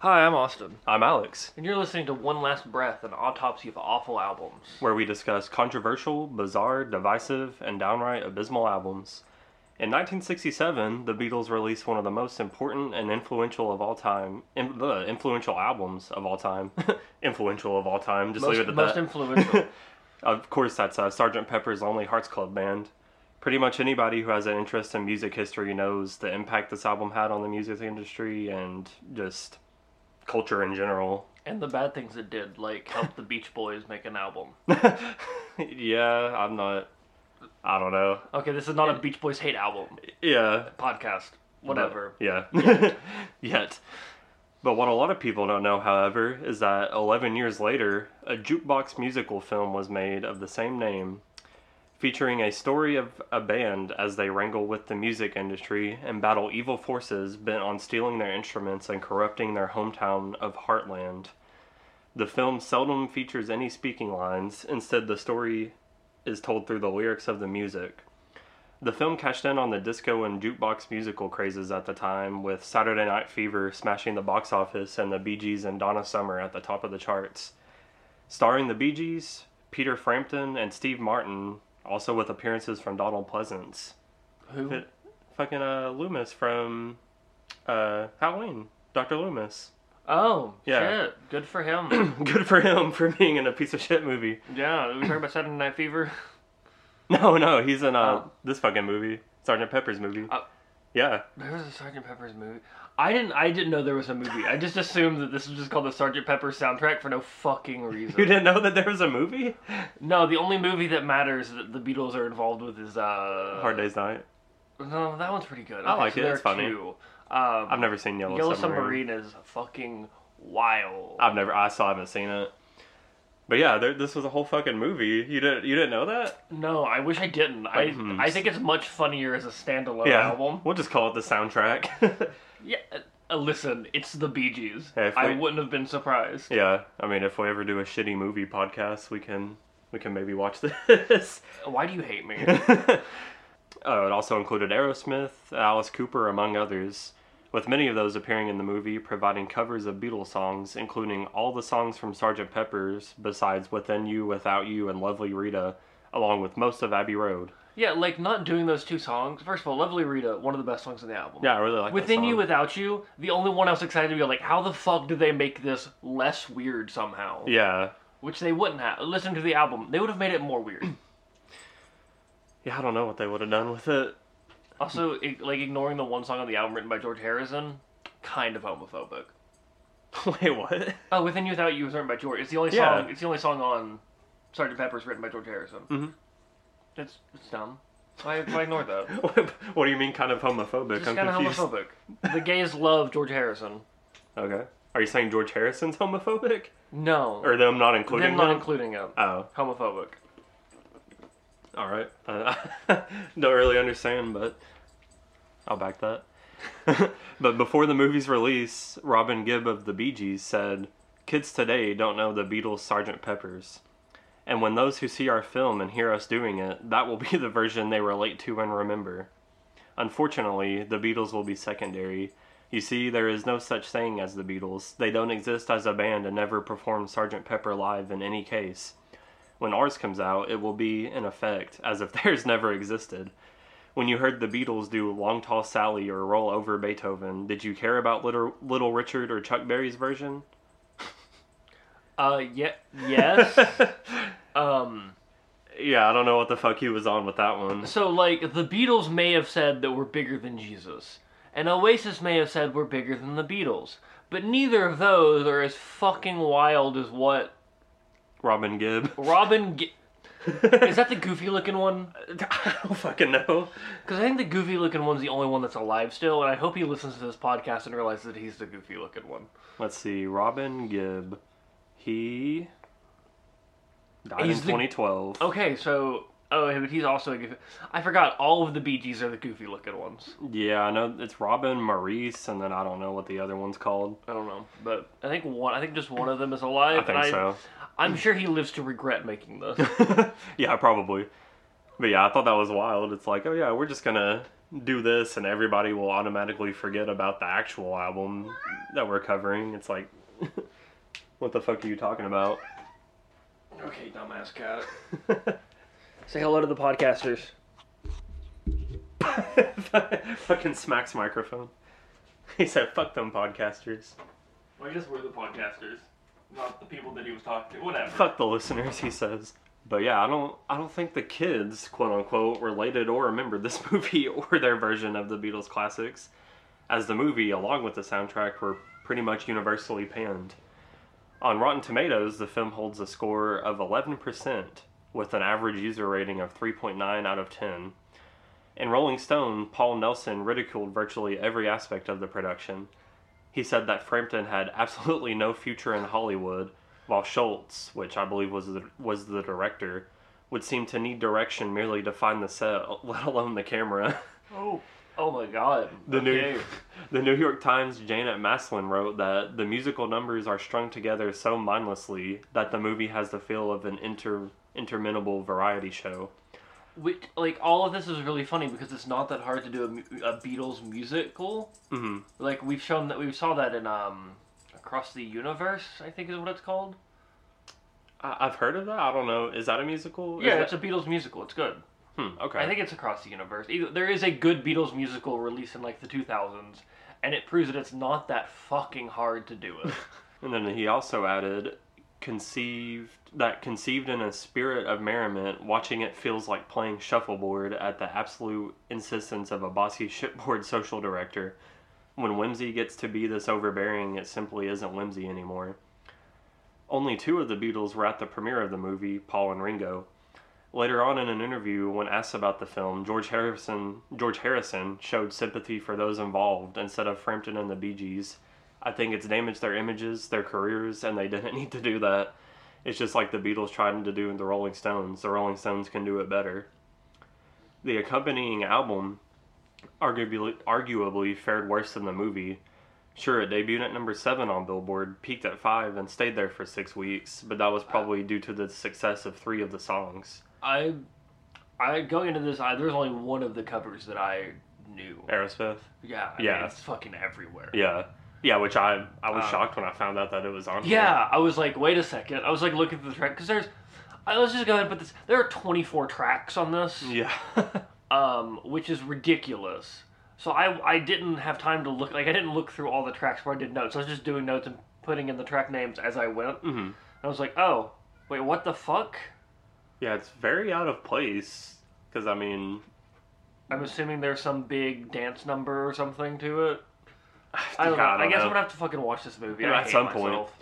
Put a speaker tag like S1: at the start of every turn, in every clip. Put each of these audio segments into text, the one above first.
S1: Hi, I'm Austin,
S2: I'm Alex,
S1: and you're listening to One Last Breath, an autopsy of awful albums.
S2: where we discuss controversial, bizarre, divisive, and downright abysmal albums. In 1967, the Beatles released one of the most important and influential of all time, in, the influential albums of all time, influential of all time. Just
S1: most
S2: leave it at
S1: most
S2: that.
S1: influential.
S2: of course, that's uh, Sgt. Pepper's Lonely Hearts Club Band. Pretty much anybody who has an interest in music history knows the impact this album had on the music industry and just culture in general.
S1: and the bad things it did, like help the Beach Boys make an album.
S2: yeah, I'm not. I don't know.
S1: Okay, this is not a Beach Boys hate album
S2: Yeah.
S1: podcast. Whatever.
S2: But- yeah. Yet. But what a lot of people don't know, however, is that 11 years later, a jukebox musical film was made of the same name, featuring a story of a band as they wrangle with the music industry and battle evil forces bent on stealing their instruments and corrupting their hometown of Heartland. The film seldom features any speaking lines, instead, the story is told through the lyrics of the music. The film cashed in on the disco and jukebox musical crazes at the time, with Saturday Night Fever smashing the box office and the Bee Gees and Donna Summer at the top of the charts. Starring the Bee Gees, Peter Frampton, and Steve Martin, also with appearances from Donald Pleasance.
S1: Who?
S2: Fit- Fucking uh, Loomis from uh, Halloween, Dr. Loomis.
S1: Oh,
S2: Yeah.
S1: shit. Good for him.
S2: Good for him for being in a piece of shit movie.
S1: yeah, we talking about Saturday Night Fever.
S2: No, no, he's in uh,
S1: Oh.
S2: this fucking movie, Sergeant Pepper's movie.
S1: Oh.
S2: yeah.
S1: There was a Sergeant Pepper's movie. I didn't. I didn't know there was a movie. I just assumed that this was just called the Sergeant Pepper soundtrack for no fucking reason.
S2: You didn't know that there was a movie?
S1: No, the only movie that matters that the Beatles are involved with is uh
S2: Hard Day's Night.
S1: No, that one's pretty good.
S2: I like it,
S1: there
S2: it's
S1: are
S2: funny.
S1: two. Um,
S2: I've never seen Yellow,
S1: Yellow
S2: Submarine.
S1: Submarine. is fucking wild.
S2: I've never. I still haven't seen it. But yeah, there, this was a whole fucking movie. You didn't. You didn't know that?
S1: no, I wish I didn't. I
S2: hmm.
S1: I think it's much funnier as a standalone
S2: yeah.
S1: album.
S2: We'll just call it the soundtrack.
S1: Yeah. Uh, listen, it's the Bee Gees.
S2: Yeah, if
S1: I
S2: we-
S1: wouldn't have been surprised.
S2: yeah. I mean, if we ever do a shitty movie podcast, we can. We can maybe watch this.
S1: Why do you hate me?
S2: Uh, it also included Aerosmith, Alice Cooper, among others, with many of those appearing in the movie providing covers of Beatles songs, including all the songs from Sgt. Pepper's, besides Within You, Without You, and Lovely Rita, along with most of Abbey Road.
S1: yeah, like not doing those two songs. First of all, Lovely Rita, one of the best songs on the album.
S2: Yeah, I really like that
S1: Within You,
S2: song.
S1: Without You, the only one I was excited to be like, how the fuck do they make this less weird somehow?
S2: Yeah.
S1: Which they wouldn't have. Listen to the album, they would have made it more weird.
S2: Yeah, I don't know what they would have done with it.
S1: also, i like ignoring the one song on the album written by George Harrison, kind of homophobic.
S2: Wait, what?
S1: Oh, Within You, Without You was written by George. It's the only
S2: Yeah.
S1: song. It's the only song on Sgt. Pepper's written by George Harrison.
S2: Mhm.
S1: It's it's dumb. Why why ignore that?
S2: what do you mean kind of homophobic?
S1: It's kind of homophobic. The gays love George Harrison.
S2: Okay. Are you saying George Harrison's homophobic?
S1: No,
S2: Or them not
S1: Them
S2: including
S1: not
S2: him?
S1: including him.
S2: oh,
S1: Homophobic.
S2: all right. Uh, don't really understand, but I'll back that. but before the movie's release, Robin Gibb of the Bee Gees said, "Kids today don't know the Beatles' Sergeant Pepper's." And when those who see our film and hear us doing it, that will be the version they relate to and remember. Unfortunately, the Beatles will be secondary. You see, there is no such thing as the Beatles. They don't exist as a band and never performed Sgt. Pepper live in any case. When ours comes out, it will be, in effect, as if theirs never existed. When you heard the Beatles do Long Tall Sally or Roll Over Beethoven, did you care about Little, Little Richard or Chuck Berry's version?
S1: Uh, yeah, yes. um,
S2: Yeah, I don't know what the fuck he was on with that one.
S1: so like the Beatles may have said that we're bigger than Jesus, and Oasis may have said we're bigger than the Beatles, but neither of those are as fucking wild as what
S2: Robin Gibb.
S1: Robin. G- Is that the goofy looking one?
S2: I don't fucking know.
S1: Because I think the goofy looking one's the only one that's alive still, and I hope he listens to this podcast and realizes that he's the goofy looking one.
S2: Let's see, Robin Gibb. He died
S1: He's
S2: in
S1: the-
S2: 2012.
S1: Okay, so oh, but he's also a goofy. I forgot all of the Bee Gees are the goofy looking ones.
S2: Yeah, I know it's Robin Maurice, and then I don't know what the other one's called.
S1: I don't know, but I think one. I think just one of them is alive.
S2: I think
S1: and
S2: so.
S1: I'm sure he lives to regret making this.
S2: yeah, probably. But yeah, I thought that was wild. It's like, oh yeah, we're just gonna do this and everybody will automatically forget about the actual album that we're covering. It's like, what the fuck are you talking about?
S1: Okay, dumbass cat. Say hello to the podcasters.
S2: Fucking smacks microphone. He said, fuck them podcasters.
S1: Well, I guess we're the podcasters, not the people that he was talking to. Whatever.
S2: Fuck the listeners, he says. But yeah, I don't I don't think the kids, quote unquote, related or remembered this movie or their version of the Beatles classics, as the movie, along with the soundtrack, were pretty much universally panned. On Rotten Tomatoes, the film holds a score of 11%, with an average user rating of 3.9 out of 10. In Rolling Stone, Paul Nelson ridiculed virtually every aspect of the production. He said that Frampton had absolutely no future in Hollywood, while Schultz, which I believe was the, was the director, would seem to need direction merely to find the set, let alone the camera.
S1: Oh, oh my God.
S2: The New, the New York Times' Janet Maslin wrote that the musical numbers are strung together so mindlessly that the movie has the feel of an inter, interminable variety show.
S1: Which, like, all of this is really funny because it's not that hard to do a, mu- a Beatles musical.
S2: Mhm.
S1: Like we've shown that we saw that in um, Across the Universe, I think is what it's called.
S2: I, I've heard of that. I don't know. Is that a musical? Is
S1: Yeah,
S2: that-
S1: it's a Beatles musical. It's good.
S2: hmm, okay.
S1: I think it's Across the Universe. Either, there is a good Beatles musical released in like the 2000s, and it proves that it's not that fucking hard to do it.
S2: And then he also added, conceived that conceived in a spirit of merriment, watching it feels like playing shuffleboard at the absolute insistence of a bossy shipboard social director. When whimsy gets to be this overbearing, it simply isn't whimsy anymore. Only two of the Beatles were at the premiere of the movie, Paul and Ringo. Later on in an interview, when asked about the film, George Harrison George Harrison showed sympathy for those involved instead of Frampton and the Bee Gees. I think it's damaged their images, their careers, and they didn't need to do that. It's just like the Beatles tried to do in the Rolling Stones. The Rolling Stones can do it better. The accompanying album arguably, arguably fared worse than the movie. Sure, it debuted at number seven on Billboard, peaked at five, and stayed there for six weeks, but that was
S1: Uh.
S2: probably due to the success of three of the songs.
S1: I, I going into this, I, there's only one of the covers that I knew.
S2: Aerosmith?
S1: Yeah, I mean,
S2: Yeah.
S1: it's fucking everywhere.
S2: Yeah. Yeah, which I, I was
S1: Uh,
S2: shocked when I found out that it was on here.
S1: Yeah, I was like, wait a second. I was like looking through the track because there's. I, let's just go ahead and put this. There are 24 tracks on this,
S2: Yeah.
S1: um, which is ridiculous. So I I didn't have time to look like I didn't look through all the tracks where I did notes. I was just doing notes and putting in the track names as I went.
S2: hmm
S1: I was like, oh, wait, what the fuck?
S2: Yeah, it's very out of place. Because, I mean,
S1: I'm
S2: Mm.
S1: assuming there's some big dance number or something to it. I
S2: yeah,
S1: don't know. I,
S2: don't
S1: guess I'm
S2: know.
S1: gonna have to fucking watch this movie.
S2: Yeah,
S1: I
S2: at
S1: hate
S2: some point.
S1: myself.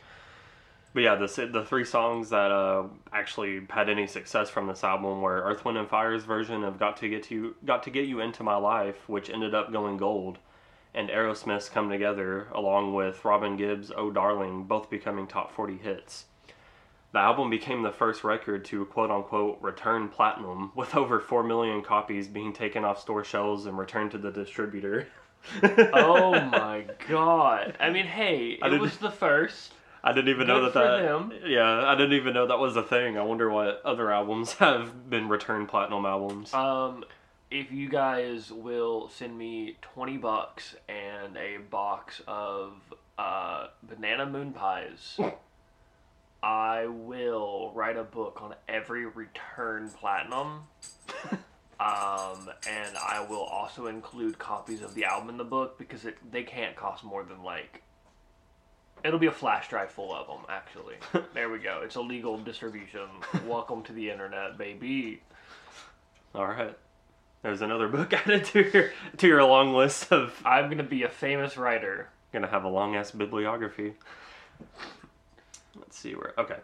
S2: But yeah, the, si- the three songs that uh, actually had any success from this album were Earth, Wind, and Fire's version of "Got to Get You," "Got to Get You Into My Life," which ended up going gold, and Aerosmith's "Come Together," along with Robin Gibb's "Oh Darling," both becoming top forty hits. The album became the first record to quote unquote return platinum, with over four million copies being taken off store shelves and returned to the distributor.
S1: oh my god! I mean, hey,
S2: I
S1: it
S2: didn't-
S1: was the first.
S2: I didn't even know
S1: Good
S2: that
S1: for
S2: that.
S1: them.
S2: Yeah, I didn't even know that was a thing. I wonder what other albums have been returned platinum albums.
S1: Um, if you guys will send me twenty bucks and a box of uh, banana moon pies, I will write a book on every return platinum. Um, and I will also include copies of the album in the book because it, they can't cost more than like. It'll be a flash drive full of them, actually. there we go. It's illegal distribution. Welcome to the internet, baby.
S2: All right, there's another book added to your to your long list of.
S1: I'm gonna be a famous writer.
S2: gonna have a long ass bibliography. Let's see where. Okay.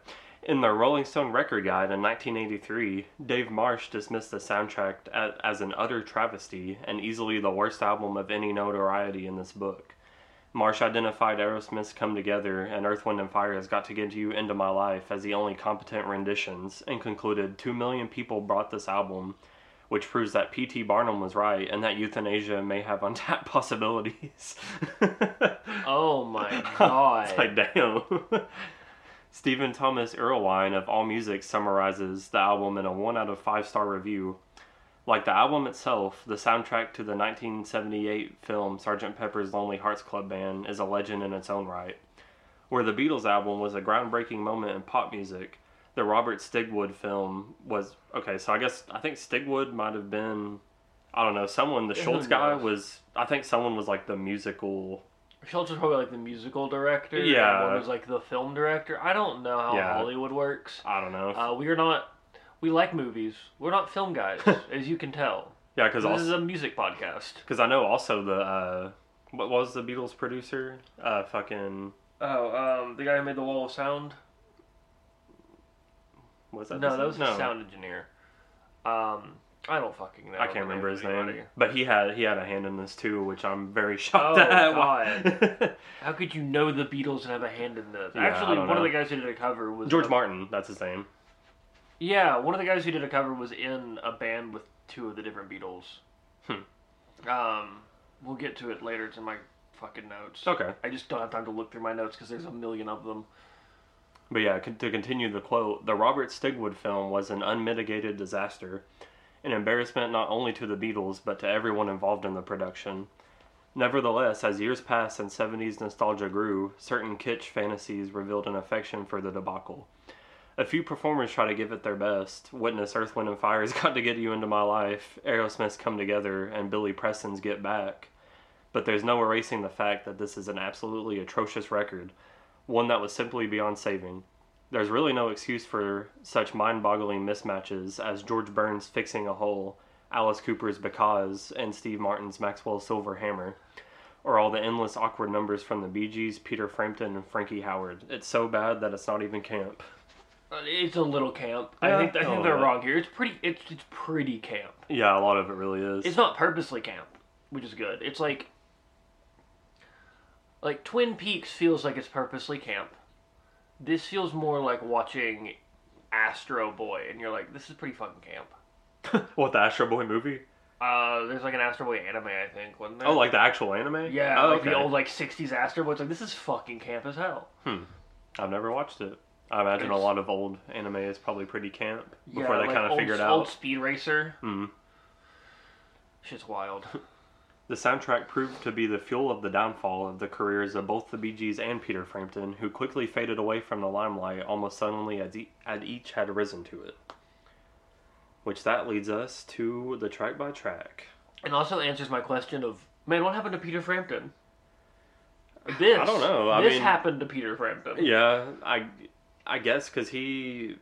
S2: In the Rolling Stone Record Guide in 1983, Dave Marsh dismissed the soundtrack a- as an utter travesty and easily the worst album of any notoriety in this book. Marsh identified Aerosmith's Come Together and Earth, Wind, and Fire has Got to Get You Into My Life as the only competent renditions and concluded 2 million people bought this album, which proves that P.T. Barnum was right and that euthanasia may have untapped possibilities.
S1: Oh my god.
S2: It's like, damn. Stephen Thomas Erlewine of AllMusic summarizes the album in a 1 out of 5 star review. Like the album itself, the soundtrack to the 1978 film Sgt. Pepper's Lonely Hearts Club Band is a legend in its own right. Where the Beatles album was a groundbreaking moment in pop music, the Robert Stigwood film was okay. So I guess I think Stigwood might have been, I don't know, someone. The
S1: Who
S2: Schultz guy
S1: knows?
S2: was. I think someone was like the musical.
S1: Schultz was probably like the musical director. and
S2: Yeah.
S1: One was like the film director. I don't know how
S2: Yeah.
S1: Hollywood works.
S2: I don't know.
S1: Uh, we are not. We like movies. We're not film guys, as you can tell.
S2: yeah, because
S1: This is
S2: also
S1: a music podcast.
S2: because I know also the uh, what was the Beatles producer? Uh, fucking
S1: Oh, um, the guy who made the Wall of Sound.
S2: was that
S1: No,
S2: his
S1: that
S2: name?
S1: was the sound engineer. Um, I don't fucking know.
S2: I
S1: the
S2: can't remember
S1: of
S2: his name,
S1: anybody.
S2: but he had he had a hand in this too, which I'm very shocked
S1: Oh,
S2: at.
S1: God. How could you know the Beatles and have a hand in this?
S2: Yeah, I
S1: Actually,
S2: don't
S1: one of
S2: know.
S1: the guys who did a cover was
S2: George
S1: a-
S2: Martin, that's his name.
S1: Yeah, one of the guys who did a cover was in a band with two of the different Beatles.
S2: Hmm.
S1: Um, we'll get to it later. It's in my fucking notes.
S2: Okay,
S1: I just don't have time to look through my notes because there's a million of them.
S2: but yeah, con- to continue the quote, the Robert Stigwood film was an unmitigated disaster, an embarrassment not only to the Beatles but to everyone involved in the production. Nevertheless, as years passed and 70s nostalgia grew, certain kitsch fantasies revealed an affection for the debacle. A few performers try to give it their best. Witness Earth, Wind, and Fire's Got to Get You Into My Life, Aerosmith's Come Together, and Billy Preston's Get Back. But there's no erasing the fact that this is an absolutely atrocious record, one that was simply beyond saving. There's really no excuse for such mind boggling mismatches as George Burns' Fixing a Hole, Alice Cooper's Because, and Steve Martin's Maxwell Silver Hammer, or all the endless awkward numbers from the Bee Gees, Peter Frampton, and Frankie Howard. It's so bad that it's not even camp.
S1: Uh, It's a little camp.
S2: Yeah, Oh.
S1: I think I
S2: a
S1: think
S2: little
S1: they're
S2: bit.
S1: wrong here. It's pretty. It's it's pretty camp.
S2: Yeah, a lot of it really is.
S1: It's not purposely camp, which is good. It's like like Twin Peaks feels like it's purposely camp. This feels more like watching Astro Boy, and you're like, this is pretty fucking camp.
S2: what the Astro Boy movie?
S1: Uh, there's like an Astro Boy anime, I think, wasn't there?
S2: Oh, like the actual anime?
S1: yeah,
S2: Oh,
S1: like the
S2: okay.
S1: old like '60s Astro Boy. It's like this is fucking camp as hell.
S2: I've never watched it. I imagine a
S1: It's-
S2: lot of old anime is probably pretty camp before
S1: yeah,
S2: they kind of
S1: old,
S2: figured
S1: old
S2: out.
S1: Speed Racer.
S2: Hmm.
S1: Shit's wild.
S2: The soundtrack proved to be the fuel of the downfall of the careers of both the Bee Gees and Peter Frampton, who quickly faded away from the limelight almost suddenly as, e- as each had risen to it. Which that leads us to the track by track.
S1: And also answers my question of, man, what happened to Peter Frampton? This
S2: I don't know, I
S1: this
S2: mean-
S1: happened to Peter Frampton.
S2: Yeah, I, I guess because he,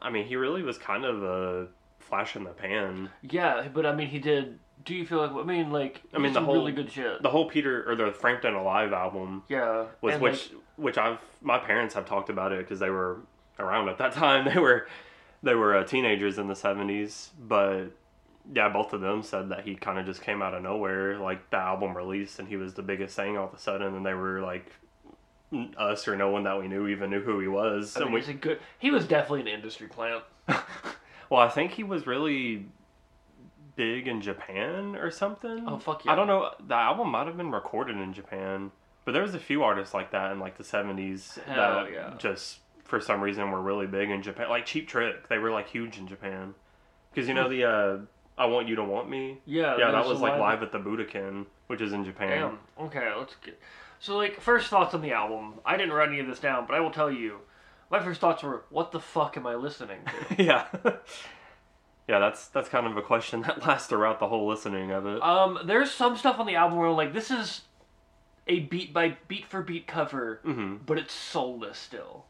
S2: I mean, he really was kind of a flash in the pan.
S1: Yeah, but I mean, he did. Do you feel like? I mean, like,
S2: I mean,
S1: he did
S2: the
S1: some
S2: whole-
S1: really good shit.
S2: The whole Peter or the Frampton Alive album
S1: yeah,
S2: was
S1: and,
S2: which which I've my parents have talked about it because they were around at that time. They were they were uh, teenagers in the seventies, but yeah, both of them said that he kind of just came out of nowhere. Like the album released, and he was the biggest thing all of a sudden, and they were like n- us or no one that we knew even knew who he was.
S1: Like, I mean,
S2: and we,
S1: he's a good. He was definitely an industry plant.
S2: well, I think he was really big in Japan or something.
S1: Oh, fuck
S2: I
S1: yeah.
S2: don't know. The album might have been recorded in Japan, but there was a few artists like that in like the seventies
S1: Hell
S2: that
S1: yeah.
S2: just for some reason were really big in Japan. Like Cheap Trick, they were like huge in Japan because you know the uh, "I Want You to Want Me."
S1: Yeah,
S2: Yeah,
S1: there
S2: that was
S1: a
S2: like
S1: lot of-
S2: live at the Budokan, which is in Japan.
S1: Damn. Okay, let's get. So, like, first thoughts on the album. I didn't write any of this down, but I will tell you, my first thoughts were, "What the fuck am I listening to?"
S2: yeah, yeah. That's that's kind of a question that lasts throughout the whole listening of it.
S1: Um, there's some stuff on the album where I'm like, this is a beat by beat for beat cover,
S2: mm-hmm.
S1: but it's soulless still.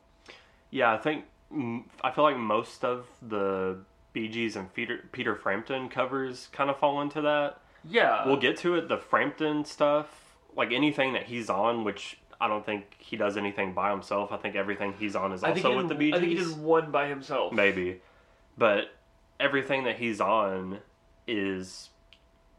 S2: Yeah, I think mm, I feel like most of the Bee Gees and Peter, Peter Frampton covers kind of fall into that.
S1: Yeah.
S2: We'll get to it. The Frampton stuff, like anything that he's on, which I don't think he does anything by himself. I think everything he's on is
S1: I think,
S2: also
S1: he
S2: with
S1: did,
S2: the Bee Gees.
S1: I think he did one by himself.
S2: Maybe, but everything that he's on is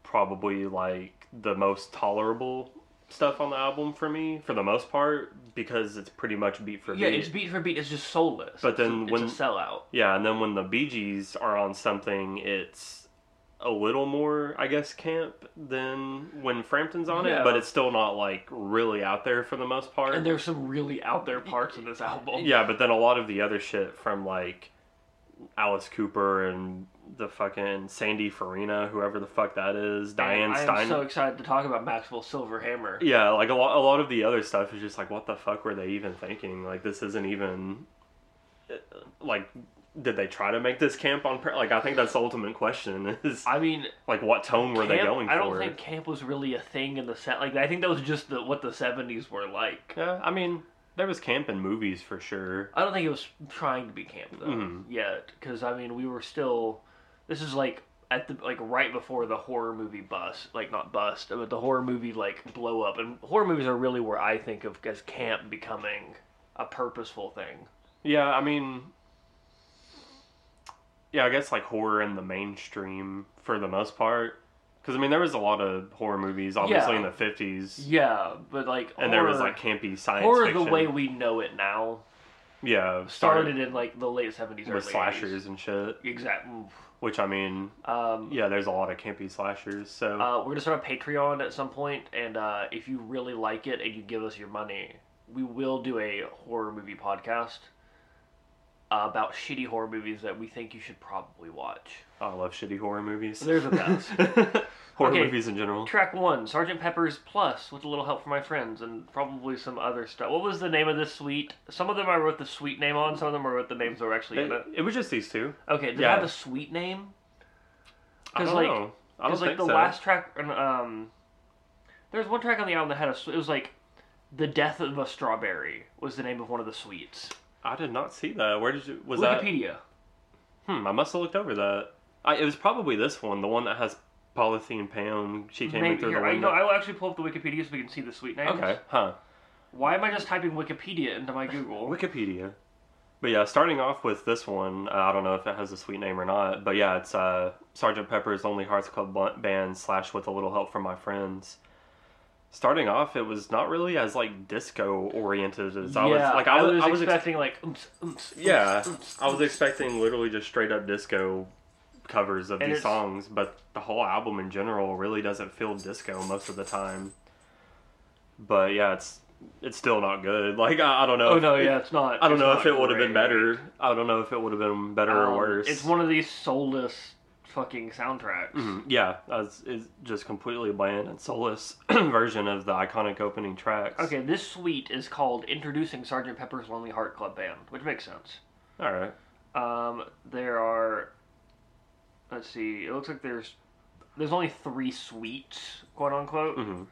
S2: probably like the most tolerable stuff on the album for me, for the most part, because it's pretty much beat for
S1: Yeah,
S2: beat.
S1: it's beat for beat. It's just soulless.
S2: But
S1: It's a-
S2: then
S1: it's
S2: when-
S1: a sellout.
S2: Yeah, and then when the Bee Gees are on something, it's a little more, I guess, camp than when Frampton's on it,
S1: Yeah.
S2: but it's still not like really out there for the most part.
S1: And there's some really out there parts of this album.
S2: yeah, but then a lot of the other shit from like Alice Cooper and the fucking Sandy Farina, whoever the fuck that is, Diane
S1: I
S2: Stein.
S1: am so excited to talk about Maxwell Silverhammer.
S2: yeah, like a lot, a lot of the other stuff is just like, what the fuck were they even thinking? Like, this isn't even. uh, Like, did they try to make this camp on? pur- Like, I think that's the ultimate question is
S1: I mean,
S2: like, what tone were they
S1: camp-
S2: going
S1: I
S2: for?
S1: don't think camp was really a thing in the set. Like I think that was just the, what the '70s were like.
S2: Yeah, I mean, there was camp in movies for sure.
S1: I don't think it was trying to be camp though
S2: Mhm.
S1: yet, because I mean we were still. This is like at the like right before the horror movie bust, like not bust, but the horror movie like blow up, and horror movies are really where I think of as camp becoming a purposeful thing.
S2: Yeah, I mean, yeah, I guess like horror in the mainstream for the most part, because I mean there was a lot of horror movies obviously in the fifties,
S1: Yeah, but like
S2: and there was like campy science
S1: horror
S2: fiction.
S1: the way we know it now
S2: yeah
S1: started in like the late '70s, early
S2: with
S1: 80s.
S2: slashers and shit,
S1: Exactly.
S2: which I mean,
S1: Um,
S2: yeah, there's a lot of campy slashers. So
S1: Uh, we're gonna start a Patreon at some point, and uh, if you really like it and you give us your money, we will do a horror movie podcast uh, about shitty horror movies that we think you should probably watch.
S2: I love shitty horror movies.
S1: They're the best.
S2: horror
S1: Okay.
S2: movies in general.
S1: Track one: Sergeant Pepper's Plus, with a little help from my friends, and probably some other stuff. What was the name of this suite? Some of them I wrote the suite name on. Some of them I wrote the names that were actually in it.
S2: It was just these two.
S1: Okay, did I
S2: Yeah.
S1: have a suite name?
S2: I
S1: 'Cause,
S2: don't
S1: like-
S2: know. I don't
S1: Because like
S2: think
S1: the
S2: so.
S1: last track, and, um, there was one track on the album that had a. s- It was like, the death of a strawberry was the name of one of the suites.
S2: I did not see that. Where did you? Was that?
S1: Wikipedia.
S2: Hmm, I must have looked over that. I, it was probably this one, the one that has polythene Pam. She came in
S1: Maybe
S2: through
S1: here,
S2: the
S1: I, no,
S2: window.
S1: I will actually pull up the Wikipedia so we can see the suite names.
S2: okay, huh?
S1: Why am I just typing Wikipedia into my Google?
S2: Wikipedia. But yeah, starting off with this one, uh, I don't know if it has a sweet name or not, but yeah, it's uh, Sergeant Pepper's Lonely Hearts Club Bun- Band slash With a Little Help from My Friends. Starting off, it was not really as like disco oriented as I was. Like I, was, I was ex-
S1: expecting like, oomph, oomph,
S2: yeah,
S1: oomph, oomph,
S2: I was
S1: oomph.
S2: expecting literally just straight up disco covers of
S1: And
S2: these
S1: it's-
S2: songs, but the whole album in general really doesn't feel disco most of the time. But yeah, it's it's still not good. Like I, I don't know.
S1: Oh
S2: if-
S1: no, yeah, it's not.
S2: I don't
S1: it's
S2: know
S1: not
S2: if it would have been
S1: great.
S2: better. I don't know if it would have been better
S1: Um,
S2: or worse.
S1: It's one of these soulless fucking soundtracks.
S2: Mhm, Yeah, it's, it's just completely bland and soulless version of the iconic opening tracks.
S1: Okay, this suite is called Introducing Sergeant Pepper's Lonely Heart Club Band, which makes sense.
S2: all right.
S1: Um, there are, let's see, it looks like there's there's only three suites, quote unquote.
S2: Mhm.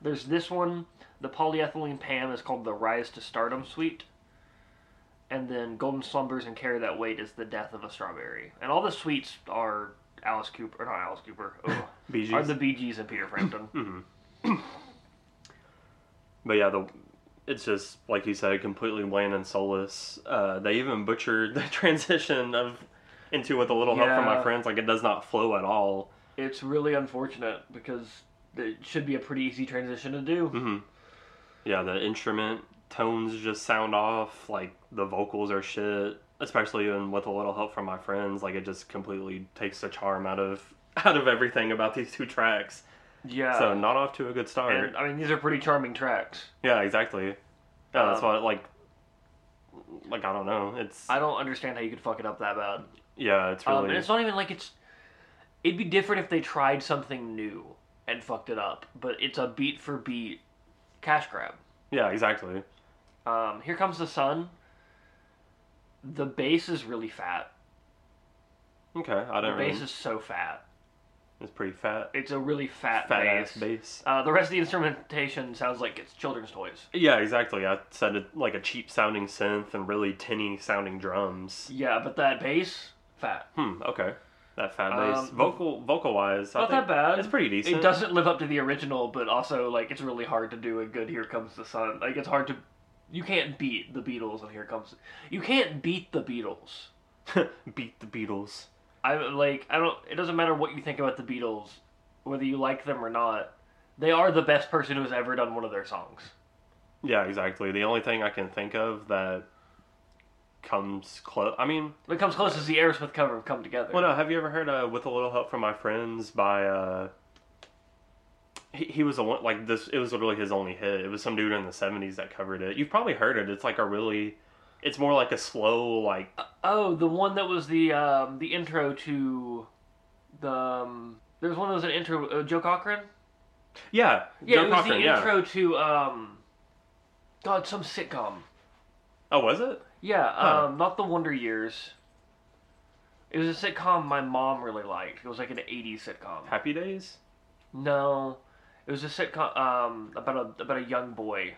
S1: There's this one, the polyethylene Pam is called the Rise to Stardom Suite, and then Golden Slumbers and Carry That Weight is the Death of a Strawberry, and all the suites are Alice Cooper, or not Alice Cooper, oh,
S2: Bee
S1: are
S2: Gees.
S1: the Bee Gees and Peter Frampton.
S2: Hmm. But yeah, the it's just like you said, completely bland and soulless. Uh, they even butchered the transition of into with a little help from
S1: Yeah.
S2: my friends. Like it does not flow at all.
S1: It's really unfortunate because it should be a pretty easy transition to do.
S2: hmm Yeah, the instrument tones just sound off. Like the vocals are shit. Especially even with a little help from my friends, like it just completely takes the charm out of out of everything about these two tracks.
S1: Yeah.
S2: so not off to a good start.
S1: and, I mean, these are pretty charming tracks.
S2: yeah, exactly. Yeah, that's
S1: Um,
S2: why like like I don't know. It's
S1: I don't understand how you could fuck it up that bad.
S2: yeah, it's really
S1: Um, and it's not even like it's. It'd be different if they tried something new and fucked it up, but it's a beat for beat cash grab.
S2: Yeah, exactly.
S1: Um, Here comes the sun. The bass is really fat.
S2: Okay, I
S1: The
S2: don't really.
S1: bass is so fat.
S2: It's pretty fat,
S1: It's a really fat,
S2: fat
S1: bass.
S2: ass bass.
S1: Uh, the rest of the instrumentation sounds like it's children's toys.
S2: Yeah, exactly. I said it like a cheap sounding synth and really tinny sounding drums.
S1: Yeah, but that bass, fat.
S2: Hmm. Okay, that fat bass.
S1: Um,
S2: vocal vocal wise,
S1: Not
S2: I
S1: that
S2: think
S1: bad.
S2: It's pretty decent.
S1: It doesn't live up to the original, but also like it's really hard to do a good "Here Comes the Sun." Like it's hard to, you can't beat the Beatles and "Here Comes." You can't beat the Beatles.
S2: beat the Beatles.
S1: I like I don't. It doesn't matter what you think about the Beatles, whether you like them or not. They are the best person who has ever done one of their songs.
S2: Yeah, exactly. The only thing I can think of that comes close. I mean,
S1: What comes close is the Aerosmith cover of "Come Together."
S2: well, no. Have you ever heard uh, "With a Little Help from My Friends" by? uh he, he was the one like this. It was literally his only hit. It was some dude in the '70s that covered it. You've probably heard it. It's like a really It's more like a slow, like
S1: Oh, the one that was the um, the intro to the um, there was one that was an intro uh, Joe Cochran.
S2: yeah,
S1: Yeah,
S2: Joe
S1: it was
S2: Cocker,
S1: the
S2: yeah.
S1: intro to um, God, some sitcom.
S2: Oh, was it?
S1: Yeah,
S2: Huh.
S1: um, not the Wonder Years. It was a sitcom my mom really liked. It was like an '80s sitcom.
S2: Happy Days?
S1: No, it was a sitcom um, about a about a young boy,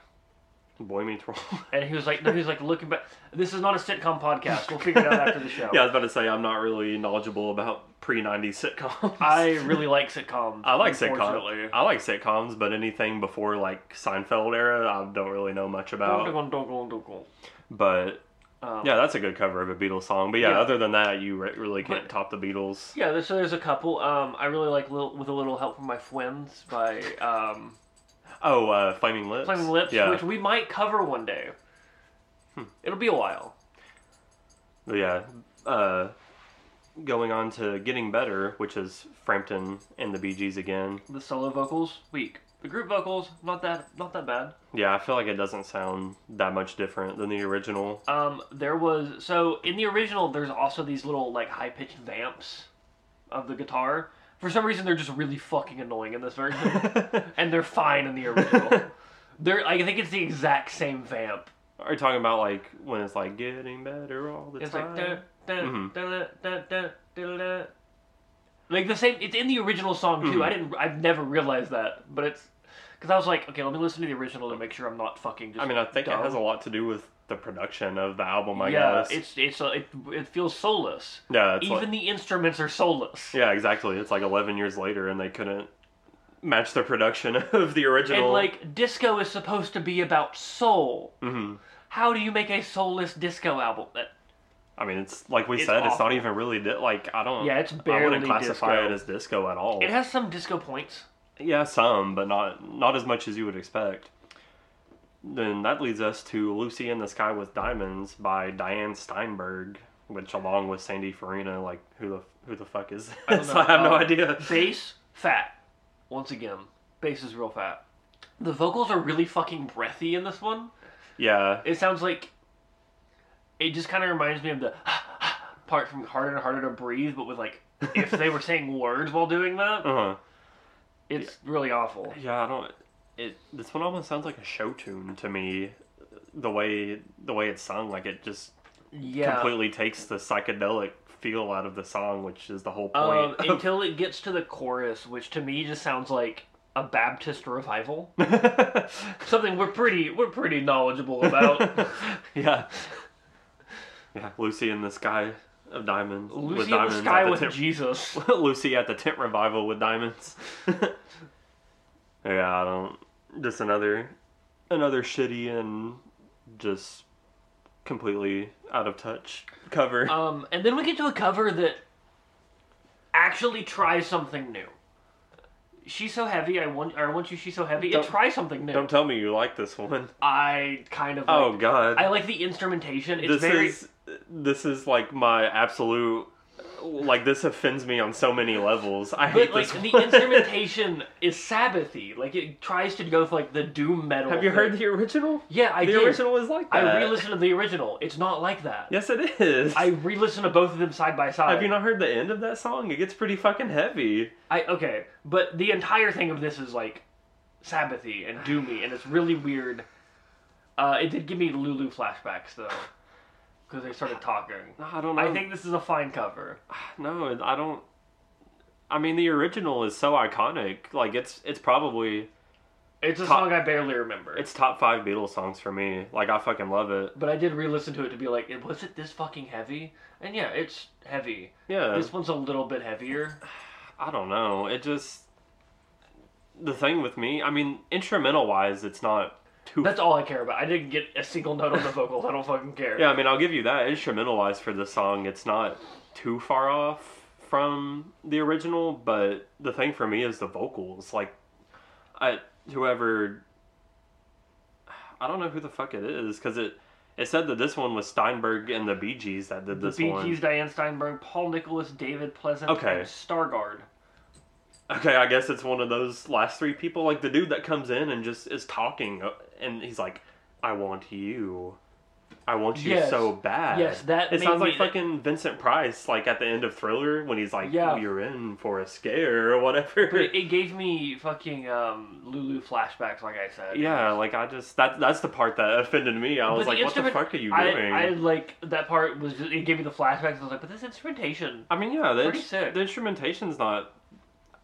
S2: Boy Meets World.
S1: and he was like, no, he was like looking back. This is not a sitcom podcast. We'll figure it out after the show.
S2: yeah, I was about to say I'm not really knowledgeable about pre '90s sitcoms.
S1: I really like sitcoms.
S2: I like sitcoms.
S1: unfortunately.
S2: I like sitcoms, but anything before like Seinfeld era, I don't really know much about. But
S1: Um,
S2: yeah, that's a good cover of a Beatles song. But yeah,
S1: Yeah.
S2: other than that, you re- really can't
S1: But-
S2: top the Beatles.
S1: Yeah, there's, so there's a couple. Um, I really like Lil, with a little help from my friends by um,
S2: Oh, uh, Flaming Lips.
S1: Flaming Lips,
S2: Yeah,
S1: which we might cover one day. Hmm. It'll be a while.
S2: yeah. Uh, going on to Getting Better, which is Frampton and the Bee Gees again.
S1: The solo vocals weak. The group vocals not that not that bad.
S2: Yeah, I feel like it doesn't sound that much different than the original.
S1: Um, there was so in the original there's also these little like high pitched vamps of the guitar. For some reason they're just really fucking annoying in this version, and they're fine in the original. they're I think it's the exact same vamp.
S2: Are you talking about like when it's like getting better all the
S1: It's
S2: time?
S1: like dun,
S2: Mm-hmm.
S1: dun, dun, dun, dun, dun, dun. like the same. It's in the original song
S2: Mm-hmm.
S1: too. I didn't. I've never realized that, but it's because I was like, okay, let me listen to the original to make sure I'm not fucking. Just
S2: I mean, I think
S1: dumb.
S2: it has a lot to do with the production of the album. I
S1: yeah,
S2: guess.
S1: it's it's uh, it, it feels soulless.
S2: yeah, it's
S1: Even
S2: like,
S1: the instruments are soulless.
S2: yeah, exactly. It's like 11 years later, and they couldn't match the production of the original.
S1: And like disco is supposed to be about soul.
S2: Mhm.
S1: How do you make a soulless disco album? That
S2: I mean, it's like we
S1: It's
S2: said, it's
S1: awful.
S2: not even really di- like I don't.
S1: Yeah, it's
S2: I wouldn't
S1: barely
S2: classify
S1: disco.
S2: it as disco at all.
S1: it has some disco points.
S2: yeah, some, but not not as much as you would expect. Then that leads us to "Lucy in the Sky with Diamonds" by Diane Steinberg, which, along with Sandy Farina, like who the who the fuck is this? I, Oh.
S1: don't know.
S2: have no
S1: Um,
S2: idea.
S1: Bass, fat. Once again, bass is real fat. The vocals are really fucking breathy in this one.
S2: Yeah,
S1: It sounds like it just kind of reminds me of the part from Harder and Harder to Breathe, but with like if they were saying words while doing that,
S2: uh huh.
S1: it's really awful.
S2: Yeah, I don't. It this one almost sounds like a show tune to me. The way the way it's sung, like it just
S1: Yeah.
S2: completely takes the psychedelic feel out of the song, which is the whole
S1: Um,
S2: point. of-
S1: until it gets to the chorus, which to me just sounds like a Baptist revival. Something we're pretty we're pretty knowledgeable about.
S2: yeah, yeah. Lucy in the sky of diamonds.
S1: Lucy in
S2: diamonds
S1: the
S2: at
S1: sky with
S2: tent-
S1: Jesus.
S2: Lucy at the tent revival with diamonds. yeah, I don't. Just another, another shitty and just completely out of touch cover.
S1: Um, and then we get to a cover that actually tries something new. She's so heavy. I want. Or I want you. She's so heavy. It
S2: Don't-
S1: tries something new.
S2: don't tell me you like this one.
S1: I kind of.
S2: Oh
S1: liked-
S2: God.
S1: I like the instrumentation. It's
S2: this
S1: very.
S2: is this is like my absolute like this offends me on so many levels. I hate
S1: But like
S2: this.
S1: the
S2: one.
S1: instrumentation is Sabbathy. Like it tries to go for like the doom metal.
S2: Have you
S1: thing.
S2: heard the original?
S1: Yeah, I
S2: the
S1: did.
S2: original is like that.
S1: I re-listened to the original. It's not like that.
S2: yes, it is.
S1: I re-listened to both of them side by side.
S2: Have you not heard the end of that song? It gets pretty fucking heavy.
S1: I okay, but the entire thing of this is like Sabbathy and doomy, and it's really weird. Uh, it did give me Lulu flashbacks though, because they started talking.
S2: No, I don't know.
S1: I think this is a fine cover.
S2: no, I don't. I mean, the original is so iconic. Like it's it's probably
S1: It's a
S2: Top-
S1: song I barely remember.
S2: it's top five Beatles songs for me. Like I fucking love it.
S1: but I did re-listen to it to be like, "It- was it this fucking heavy? And yeah, it's heavy.
S2: Yeah.
S1: This one's a little bit heavier.
S2: I don't know. It just the thing with me. I mean, instrumental wise, it's not too.
S1: That's all I care about. I didn't get a single note on the vocals. I don't fucking care.
S2: yeah, I mean, I'll give you that. Instrumental wise for this song, it's not too far off from the original. But the thing for me is the vocals. Like, I whoever. I don't know who the fuck it is because it. It said that this one was Steinberg and the Bee Gees that did
S1: The
S2: this
S1: Bee
S2: one.
S1: Gees, Diane Steinberg, Paul Nicholas, David Pleasant,
S2: Okay.
S1: and Stargard.
S2: Okay, I guess it's one of those last three people, like the dude that comes in and just is talking, uh, and he's like, "I want you," I want you
S1: Yes.
S2: so bad.
S1: Yes, that
S2: It
S1: made
S2: sounds
S1: me-
S2: like fucking Vincent Price, like at the end of Thriller, when he's like,
S1: Yeah.
S2: "You're in for a scare" or whatever.
S1: But it, it gave me fucking um, Lulu flashbacks, like I said.
S2: yeah, like I just that that's the part that offended me. I was
S1: But
S2: like, "What the
S1: instrument-
S2: fuck are you
S1: I,
S2: doing?"
S1: I like that part was just, it gave me the flashbacks. I was like, but this instrumentation.
S2: I mean, yeah, the,
S1: Pretty
S2: ins-
S1: sick.
S2: the instrumentation's not.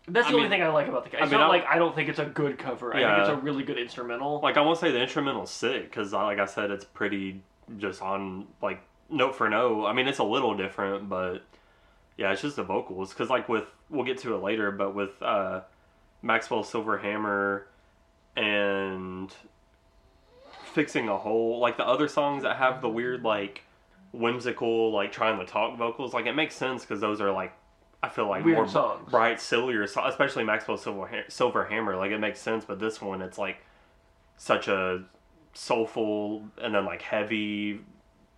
S1: That's
S2: I
S1: the only
S2: mean-
S1: thing I like about the. It's
S2: I mean,
S1: not
S2: I-
S1: like I don't think it's a good cover. I
S2: Yeah.
S1: think it's a really good instrumental.
S2: Like, I won't say the instrumental's sick, because, like I said, it's pretty just on, like, note for note. I mean, it's a little different, but yeah, it's just the vocals. Because, like, with, we'll get to it later, but with uh, Maxwell Silverhammer and Fixing a Hole, like, the other songs that have the weird, like, whimsical, like, trying to talk vocals, like, it makes sense because those are, like, I feel like
S1: Weird
S2: more
S1: songs.
S2: bright, sillier, so- especially Maxwell Silver Silverhammer. Like it makes sense, but this one, it's like such a soulful and then like heavy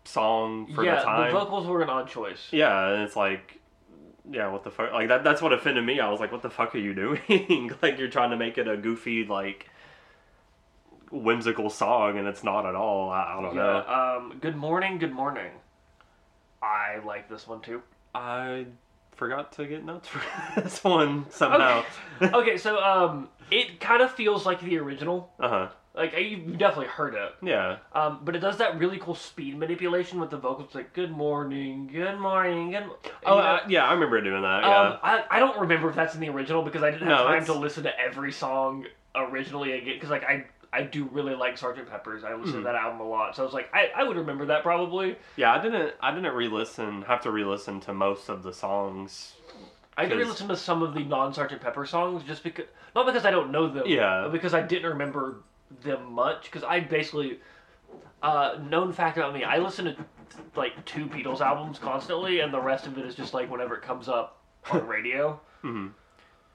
S2: song for
S1: yeah,
S2: the time.
S1: vocals were an odd choice.
S2: yeah, and it's like, yeah, what the fuck? Like that. That's what offended me. I was like, what the fuck are you doing? like you're trying to make it a goofy, like whimsical song, and it's not at all. I, I don't know.
S1: Yeah, um, good morning, good morning. I like this one too.
S2: I forgot to get notes for this one somehow.
S1: okay, so um, it kind of feels like the original.
S2: uh huh.
S1: Like I- you've definitely heard it,
S2: Yeah.
S1: um, but it does that really cool speed manipulation with the vocals, like "Good morning, good morning, good." mo-"
S2: Oh,
S1: You know,
S2: I- yeah, I remember doing that. Yeah.
S1: Um, I, I don't remember if that's in the original because I didn't have
S2: No,
S1: time
S2: it's-
S1: to listen to every song originally again because like I I do really like Sgt. Pepper's I
S2: Hmm.
S1: listen to that album a lot so I was like I, I would remember that probably
S2: Yeah, I didn't. I didn't re-listen. Have to re-listen to most of the songs.
S1: I did
S2: 'Cause-
S1: listen to some of the non Sgt. Pepper songs just because not because I don't know them
S2: Yeah.
S1: but because I didn't remember them much because I basically uh, known fact about me I listen to like two Beatles albums constantly and the rest of it is just like whenever it comes up on radio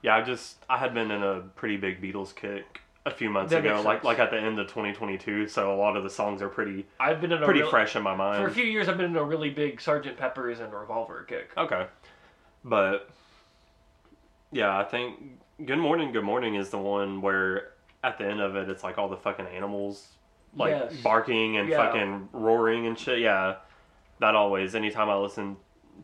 S2: Yeah, I just. I had been in a pretty big Beatles kick a few months
S1: That
S2: ago.
S1: makes
S2: Like
S1: sense.
S2: like at the end of 2022. So a lot of the songs are pretty
S1: I've been in a
S2: pretty
S1: real-
S2: fresh in my mind.
S1: For a few years, I've been in a really big Sergeant Pepper's and Revolver kick.
S2: Okay. But yeah, I think Good Morning, Good Morning is the one where at the end of it it's like all the fucking animals like
S1: Yes.
S2: barking and
S1: Yeah.
S2: fucking roaring and shit. Yeah. That always anytime I listen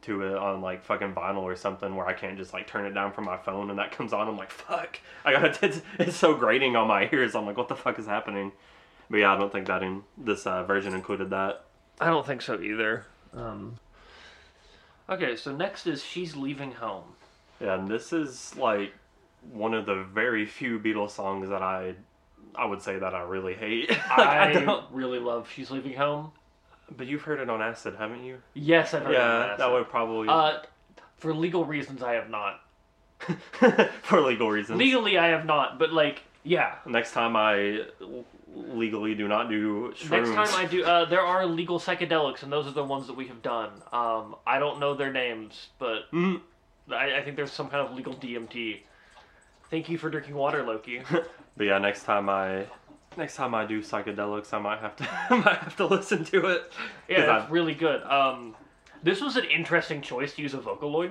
S2: to it on like fucking vinyl or something where I can't just like turn it down from my phone and that comes on, I'm like, fuck. I gotta it's, it's so grating on my ears. I'm like, what the fuck is happening? But yeah, I don't think that in this uh, version included that.
S1: I don't think so either. Okay, so next is She's Leaving Home.
S2: Yeah, and this is like one of the very few Beatles songs that I, I would say that I really hate. Like, I,
S1: I,
S2: don't.
S1: really love She's Leaving Home.
S2: But you've heard it on acid, haven't you?
S1: Yes, I've heard
S2: Yeah,
S1: of
S2: that would probably
S1: Uh, for legal reasons, I have not.
S2: for legal reasons.
S1: Legally, I have not, but like, yeah.
S2: Next time I l- legally do not do
S1: Next
S2: shrooms.
S1: time I do, uh, there are legal psychedelics, and those are the ones that we have done. Um, I don't know their names, but
S2: Mm.
S1: I, I think there's some kind of legal DMT. Thank you for drinking water, Loki.
S2: But yeah, next time I, next time I do psychedelics, I might have to, I might have to listen to it. 'Cause
S1: Yeah, it's
S2: I-
S1: really good. Um, this was an interesting choice to use a Vocaloid.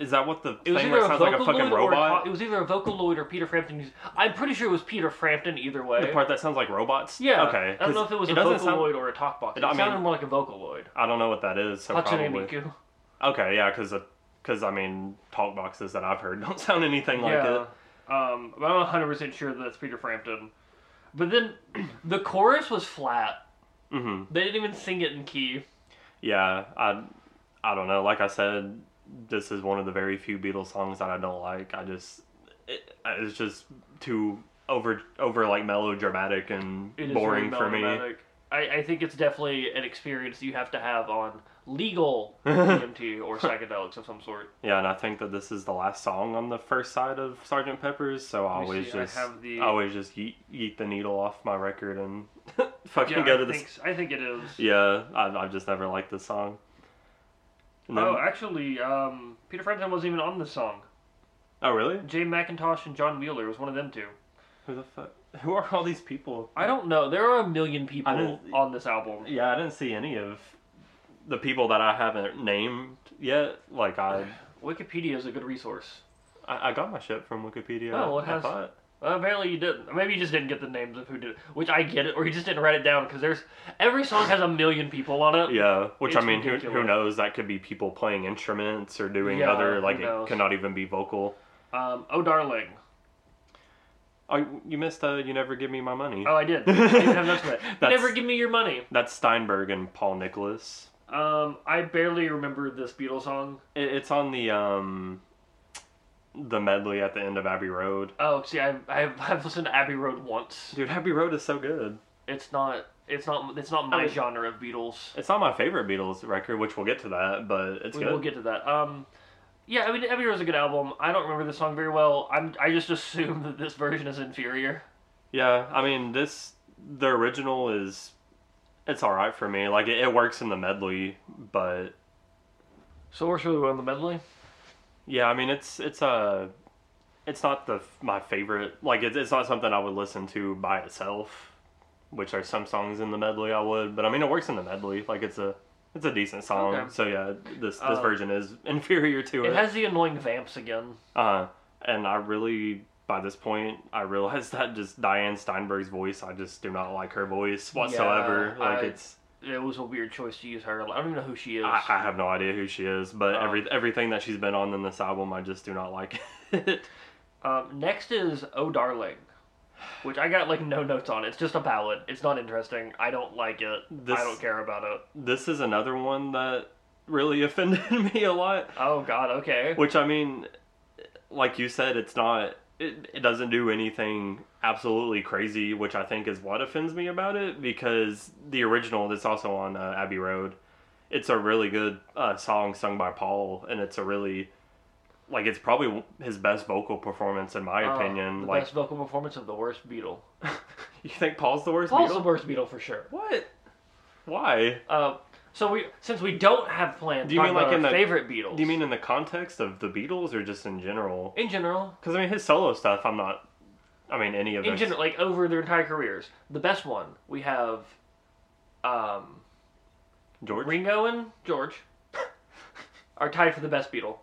S2: is that what the
S1: It was
S2: thing
S1: either
S2: that sounds
S1: a
S2: like a fucking
S1: Vocaloid or a,
S2: robot?
S1: it was either a Vocaloid or Peter Frampton. used- I'm pretty sure it was Peter Frampton either way.
S2: the part that sounds like robots.
S1: yeah.
S2: Okay.
S1: I don't
S2: 'cause
S1: know if it was a
S2: doesn't
S1: Vocaloid
S2: sound-
S1: or a Talkbox. It
S2: I mean-
S1: sounded more like a Vocaloid.
S2: I don't know what that is. So
S1: Hatsune
S2: probably.
S1: Miku.
S2: Okay, yeah, because because I mean, talk boxes that I've heard don't sound anything like
S1: yeah.
S2: it.
S1: Um, but I'm 100 percent sure that's Peter Frampton. But then the chorus was flat.
S2: hmm
S1: They didn't even sing it in key.
S2: Yeah, I I don't know. Like I said, this is one of the very few Beatles songs that I don't like. I just it, it's just too over over like melodramatic and
S1: It is
S2: boring
S1: very
S2: for me.
S1: melodramatic. I, I think it's definitely an experience you have to have on legal DMT or psychedelics of some sort.
S2: Yeah, and I think that this is the last song on the first side of Sergeant Pepper's, so I
S1: me
S2: always
S1: see, I
S2: just
S1: have the-
S2: I always just yeet, yeet the needle off my record and fucking
S1: Yeah,
S2: go
S1: I,
S2: to the
S1: think, I think it is.
S2: Yeah, I've, I've just never liked this song. And then-
S1: Oh, actually, um, Peter Frampton wasn't even on this song.
S2: oh, really?
S1: Jay McIntosh and John Wheeler was one of them two.
S2: Who the fuck? Who are all these people?
S1: I don't know. There are a million people
S2: don't-
S1: on this album.
S2: Yeah, I didn't see any of the people that I haven't named yet. Like I,
S1: Wikipedia is a good resource.
S2: I, I got my shit from Wikipedia.
S1: Oh, well, it
S2: I
S1: has-
S2: thought.
S1: Well, apparently you didn't. Maybe you just didn't get the names of who did it, which I get it, or you just didn't write it down because there's every song has a million people on it.
S2: Yeah, which
S1: It's
S2: I mean, who, who
S1: ridiculous.
S2: knows? That could be people playing instruments or doing
S1: Yeah,
S2: other
S1: who
S2: like it
S1: knows?
S2: cannot even be vocal.
S1: Um, oh darling.
S2: Oh, you missed. Uh, you never give me my money.
S1: Oh, I did. I didn't have enough of it.
S2: That's-
S1: Never give me your money.
S2: That's Steinberg and Paul Nicholas.
S1: Um, I barely remember this Beatles song.
S2: It, it's on the um, the medley at the end of Abbey Road.
S1: Oh, see, I've, I've, I've listened to Abbey Road once.
S2: Dude, Abbey Road is so good.
S1: It's not. It's not. It's not my
S2: mean-
S1: genre of Beatles.
S2: It's not my favorite Beatles record, which we'll get to that, but it's
S1: We,
S2: good.
S1: we'll get to that. Um, yeah, I mean, Abbey Road's a good album. I don't remember the song very well. I'm, I just assume that this version is inferior.
S2: yeah, I mean this the original is it's all right for me. Like it, it works in the medley, but
S1: So we're really well in the medley.
S2: yeah, I mean it's it's uh, it's not the my favorite. Like it's it's not something I would listen to by itself. Which there's some songs in the medley I would, but I mean it works in the medley. Like it's a it's a decent song.
S1: Okay.
S2: So yeah, this this
S1: Uh,
S2: version is inferior to it.
S1: It has the annoying vamps again.
S2: Uh, and I really, by this point, I realized that just Diane Steinberg's voice, I just do not like her voice whatsoever.
S1: Yeah,
S2: like
S1: I-
S2: it's,
S1: It was a weird choice to use her. Like, I don't even know who she is.
S2: I, I have no idea who she is, but
S1: Um,
S2: every everything that she's been on in this album, I just do not like it.
S1: Um, next is Oh Darling, which I got like no notes on. It's just a ballad. It's not interesting. I don't like it.
S2: This-
S1: I don't care about it.
S2: This is another one that really offended me a lot.
S1: Oh God. Okay.
S2: Which I mean, like you said, it's not. It, it doesn't do anything absolutely crazy, which I think is what offends me about it. Because the original that's also on uh, Abbey Road, it's a really good uh, song sung by Paul, and it's a really like it's probably his best vocal performance in my
S1: Uh,
S2: opinion.
S1: the
S2: Like,
S1: best vocal performance of the worst Beatle.
S2: you think Paul's the worst?
S1: Paul's
S2: Beatle?
S1: the worst Beatle for sure.
S2: What? Why?
S1: Uh, so we since we don't have plans.
S2: Do you
S1: talk
S2: mean, like,
S1: about
S2: in
S1: our
S2: the-
S1: favorite Beatles?
S2: Do you mean in the context of the Beatles or just in general?
S1: in general?
S2: Because I mean, his solo stuff, I'm not. I mean, any of
S1: In
S2: those-
S1: general, like over their entire careers, the best one we have, um,
S2: George.
S1: Ringo and George are tied for the best Beatle,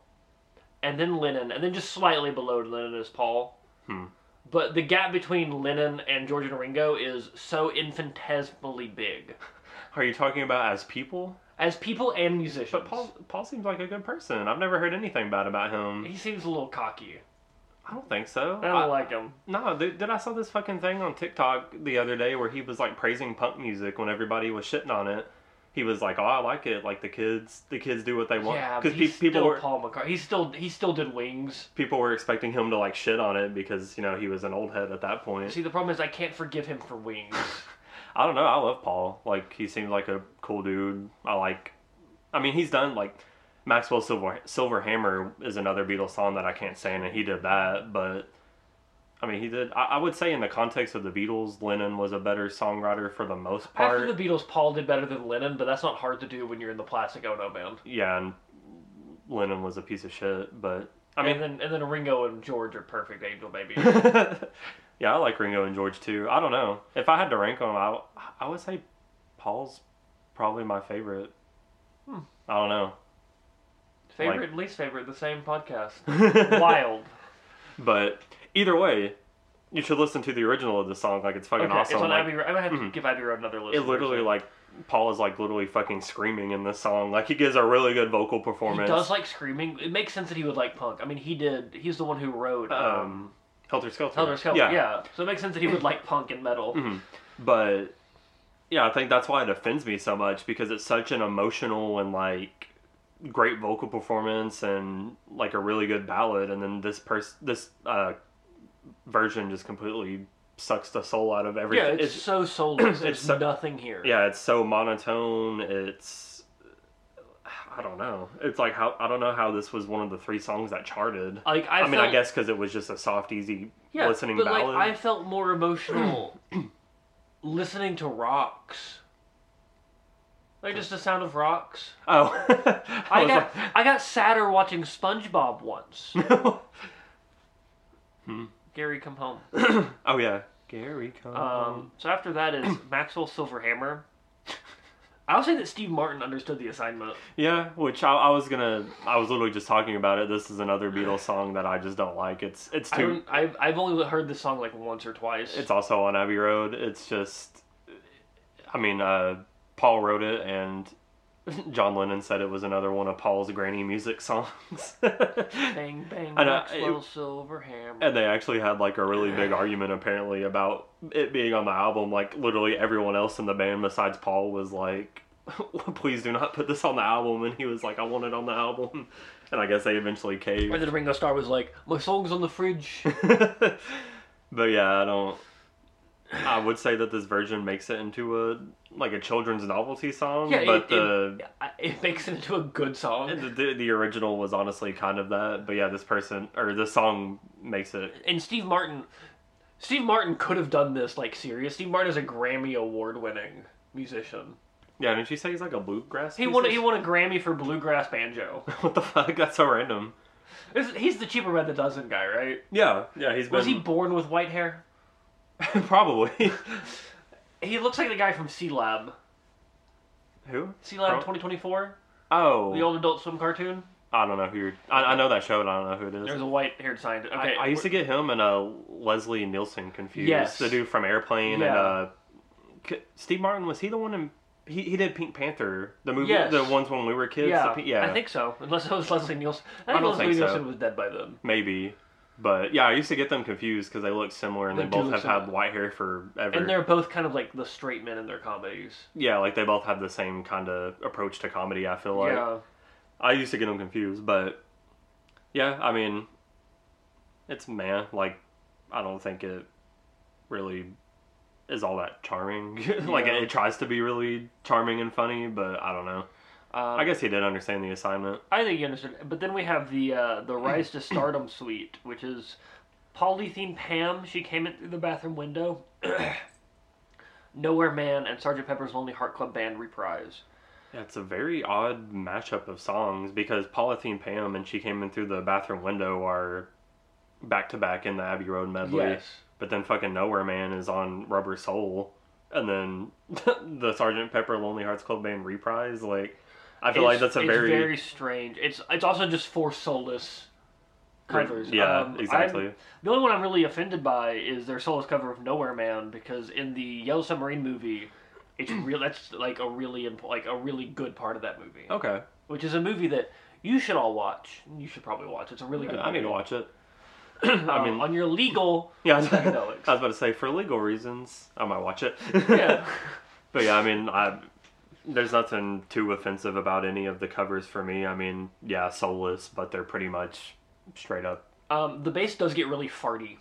S1: and then Lennon, and then just slightly below Lennon is Paul.
S2: Hmm.
S1: But the gap between Lennon and George and Ringo is so infinitesimally big.
S2: Are you talking about as people?
S1: As people and musicians,
S2: But Paul Paul seems like a good person. I've never heard anything bad about him.
S1: he seems a little cocky.
S2: I don't think so.
S1: I don't
S2: I-
S1: like him.
S2: no, dude, did I saw this fucking thing on TikTok the other day where he was like praising punk music when everybody was shitting on it. He was like, "Oh, I like it. Like the kids, the kids do what they want."
S1: Yeah, because
S2: pe- people
S1: still
S2: were
S1: Paul McCartney. He still he still did Wings.
S2: people were expecting him to like shit on it because you know he was an old head at that point.
S1: See, the problem is I can't forgive him for Wings.
S2: I don't know. I love Paul. Like he seems like a cool dude. I like. I mean, he's done like Maxwell Silver Silver Hammer is another Beatles song that I can't stand, and he did that. But I mean, he did. I, I would say in the context of the Beatles, Lennon was a better songwriter for the most part.
S1: After the Beatles, Paul did better than Lennon, but that's not hard to do when you're in the Plastic Ono band.
S2: yeah, and Lennon was a piece of shit. But I mean,
S1: and then and then Ringo and George are perfect angel baby.
S2: yeah, I like Ringo and George too. I don't know. If I had to rank them, I I would say Paul's probably my favorite.
S1: Hmm.
S2: I don't know.
S1: favorite and least favorite, the same podcast.
S2: Why?
S1: Wild.
S2: But either way, you should listen to the original of the song. Like it's fucking
S1: Okay,
S2: awesome.
S1: It's on
S2: Like,
S1: Abbey Road. I'm gonna have to
S2: Mhm.
S1: give Abbey Road another listen.
S2: it literally like Paul is like literally fucking screaming in this song. Like he gives a really good vocal
S1: he
S2: performance.
S1: does like screaming. It makes sense that he would like punk. I mean, he did. He's the one who wrote um,
S2: um, Helter Skelter.
S1: Helter Skelter. Yeah. So it makes sense that he would like punk and metal.
S2: Mhm. But yeah, I think that's why it offends me so much because it's such an emotional and like great vocal performance and like a really good ballad, and then this person this uh, version just completely sucks the soul out of
S1: yeah,
S2: everything.
S1: it's,
S2: It's-
S1: so soulless.
S2: it's
S1: There's
S2: so-
S1: nothing here.
S2: yeah it's so monotone it's i don't know it's like how i don't know how this was one of the three songs that charted
S1: Like I,
S2: i, mean i
S1: felt-
S2: guess because it was just a soft easy
S1: yeah,
S2: listening
S1: but
S2: ballad
S1: Like, I felt more emotional listening to rocks. Like just the sound of rocks.
S2: oh
S1: I,
S2: I was
S1: got I got sadder watching SpongeBob once.
S2: like-
S1: Gary, Um, come home.
S2: oh
S1: Oh.
S2: yeah gary come
S1: Um, so after that is Maxwell Silverhammer. I'll say that Steve Martin understood the assignment.
S2: Yeah, which I, I was gonna, I was literally just talking about it. This is another Beatles song that I just don't like. It's it's
S1: I
S2: too.
S1: don't, I've, I've only heard this song like once or twice.
S2: It's also on Abbey Road. It's just, I mean, uh, Paul wrote it, and John Lennon said it was another one of Paul's granny music songs. and
S1: bang bang
S2: I know,
S1: Maxwell silver hammer.
S2: they actually had like a really big argument apparently about it being on the album. Like literally everyone else in the band besides Paul was like, "Please do not put this on the album," and he was like, "I want it on the album." And I guess they eventually caved.
S1: And then Ringo Starr was like, "My song's on the fridge."
S2: but yeah, I don't. I would say that this version makes it into a like a children's novelty song,
S1: Yeah,
S2: but
S1: it-
S2: the,
S1: it, I- it makes it into a good song.
S2: the the the original was honestly kind of that. But yeah, this person or this song makes it.
S1: and Steve Martin, Steve Martin could have done this like serious. Steve Martin is a Grammy award winning musician.
S2: Yeah, didn't you say he's like a bluegrass?
S1: He won. He
S2: musician?
S1: won a Grammy for bluegrass banjo.
S2: what the fuck? That's so random.
S1: This- He's the cheaper by the dozen guy, right?
S2: Yeah, yeah, he's been
S1: Was he born with white hair?
S2: probably
S1: He looks like the guy from C Lab.
S2: who?
S1: C Lab
S2: Pro-
S1: twenty twenty four,
S2: Oh,
S1: the old Adult Swim cartoon.
S2: I don't know who. You're, I, I know that show, but I don't know who it is.
S1: There's a white haired scientist. Okay,
S2: I, I used to get him and uh, Leslie Nielsen confused.
S1: Yes.
S2: The dude from Airplane and
S1: Yeah.
S2: uh, K- Steve Martin was he the one in he, he did Pink Panther the movie
S1: Yes.
S2: the ones when we were kids.
S1: yeah,
S2: the pe- yeah,
S1: I think so. Unless it was Leslie Nielsen. I,
S2: don't
S1: Leslie
S2: think so.
S1: Nielsen was dead by then.
S2: maybe. But yeah, I used to get them confused because they look similar and
S1: They
S2: they,
S1: do
S2: both
S1: look
S2: have
S1: similar.
S2: had white hair forever.
S1: And they're both kind of like the straight men in their comedies.
S2: yeah, like they both have the same kind of approach to comedy. I feel like
S1: yeah. um,
S2: I used to get them confused, but yeah, I mean, it's man. Like, I don't think it really is all that charming. like,
S1: Yeah.
S2: it, tries to be really charming and funny, but I don't know.
S1: Um,
S2: I guess he did understand the assignment.
S1: I think you understand. But then we have the uh, the Rise to Stardom suite, which is Polythene Pam. She came in through the bathroom window. Nowhere Man and Sergeant Pepper's Lonely Heart Club Band reprise.
S2: Yeah, it's a very odd mashup of songs because Polythene Pam and She Came In Through the Bathroom Window are back to back in the Abbey Road medley. But then fucking Nowhere Man is on Rubber Soul, and then the Sergeant Pepper Lonely Hearts Club Band reprise. Like, I feel like
S1: It's-
S2: that's a
S1: it's
S2: very,
S1: very strange. It's it's also just four soulless covers.
S2: yeah,
S1: Um, I'm-
S2: exactly.
S1: the only one I'm really offended by is their soulless cover of Nowhere Man because in the Yellow Submarine movie, it's real. That's like a really imp- like a really good part of that movie.
S2: Okay,
S1: which is a movie that you should all watch. You should probably watch. It's a really good.
S2: I need to
S1: movie. Um,
S2: watch it. I mean,
S1: on your legal.
S2: yeah, I was, I was
S1: psychedelics.
S2: about to say for legal reasons, I might watch it.
S1: Yeah.
S2: but yeah, I mean, I there's nothing too offensive about any of the covers for me. I mean, yeah, soulless, but they're pretty much straight up
S1: um, the bass does get really farty.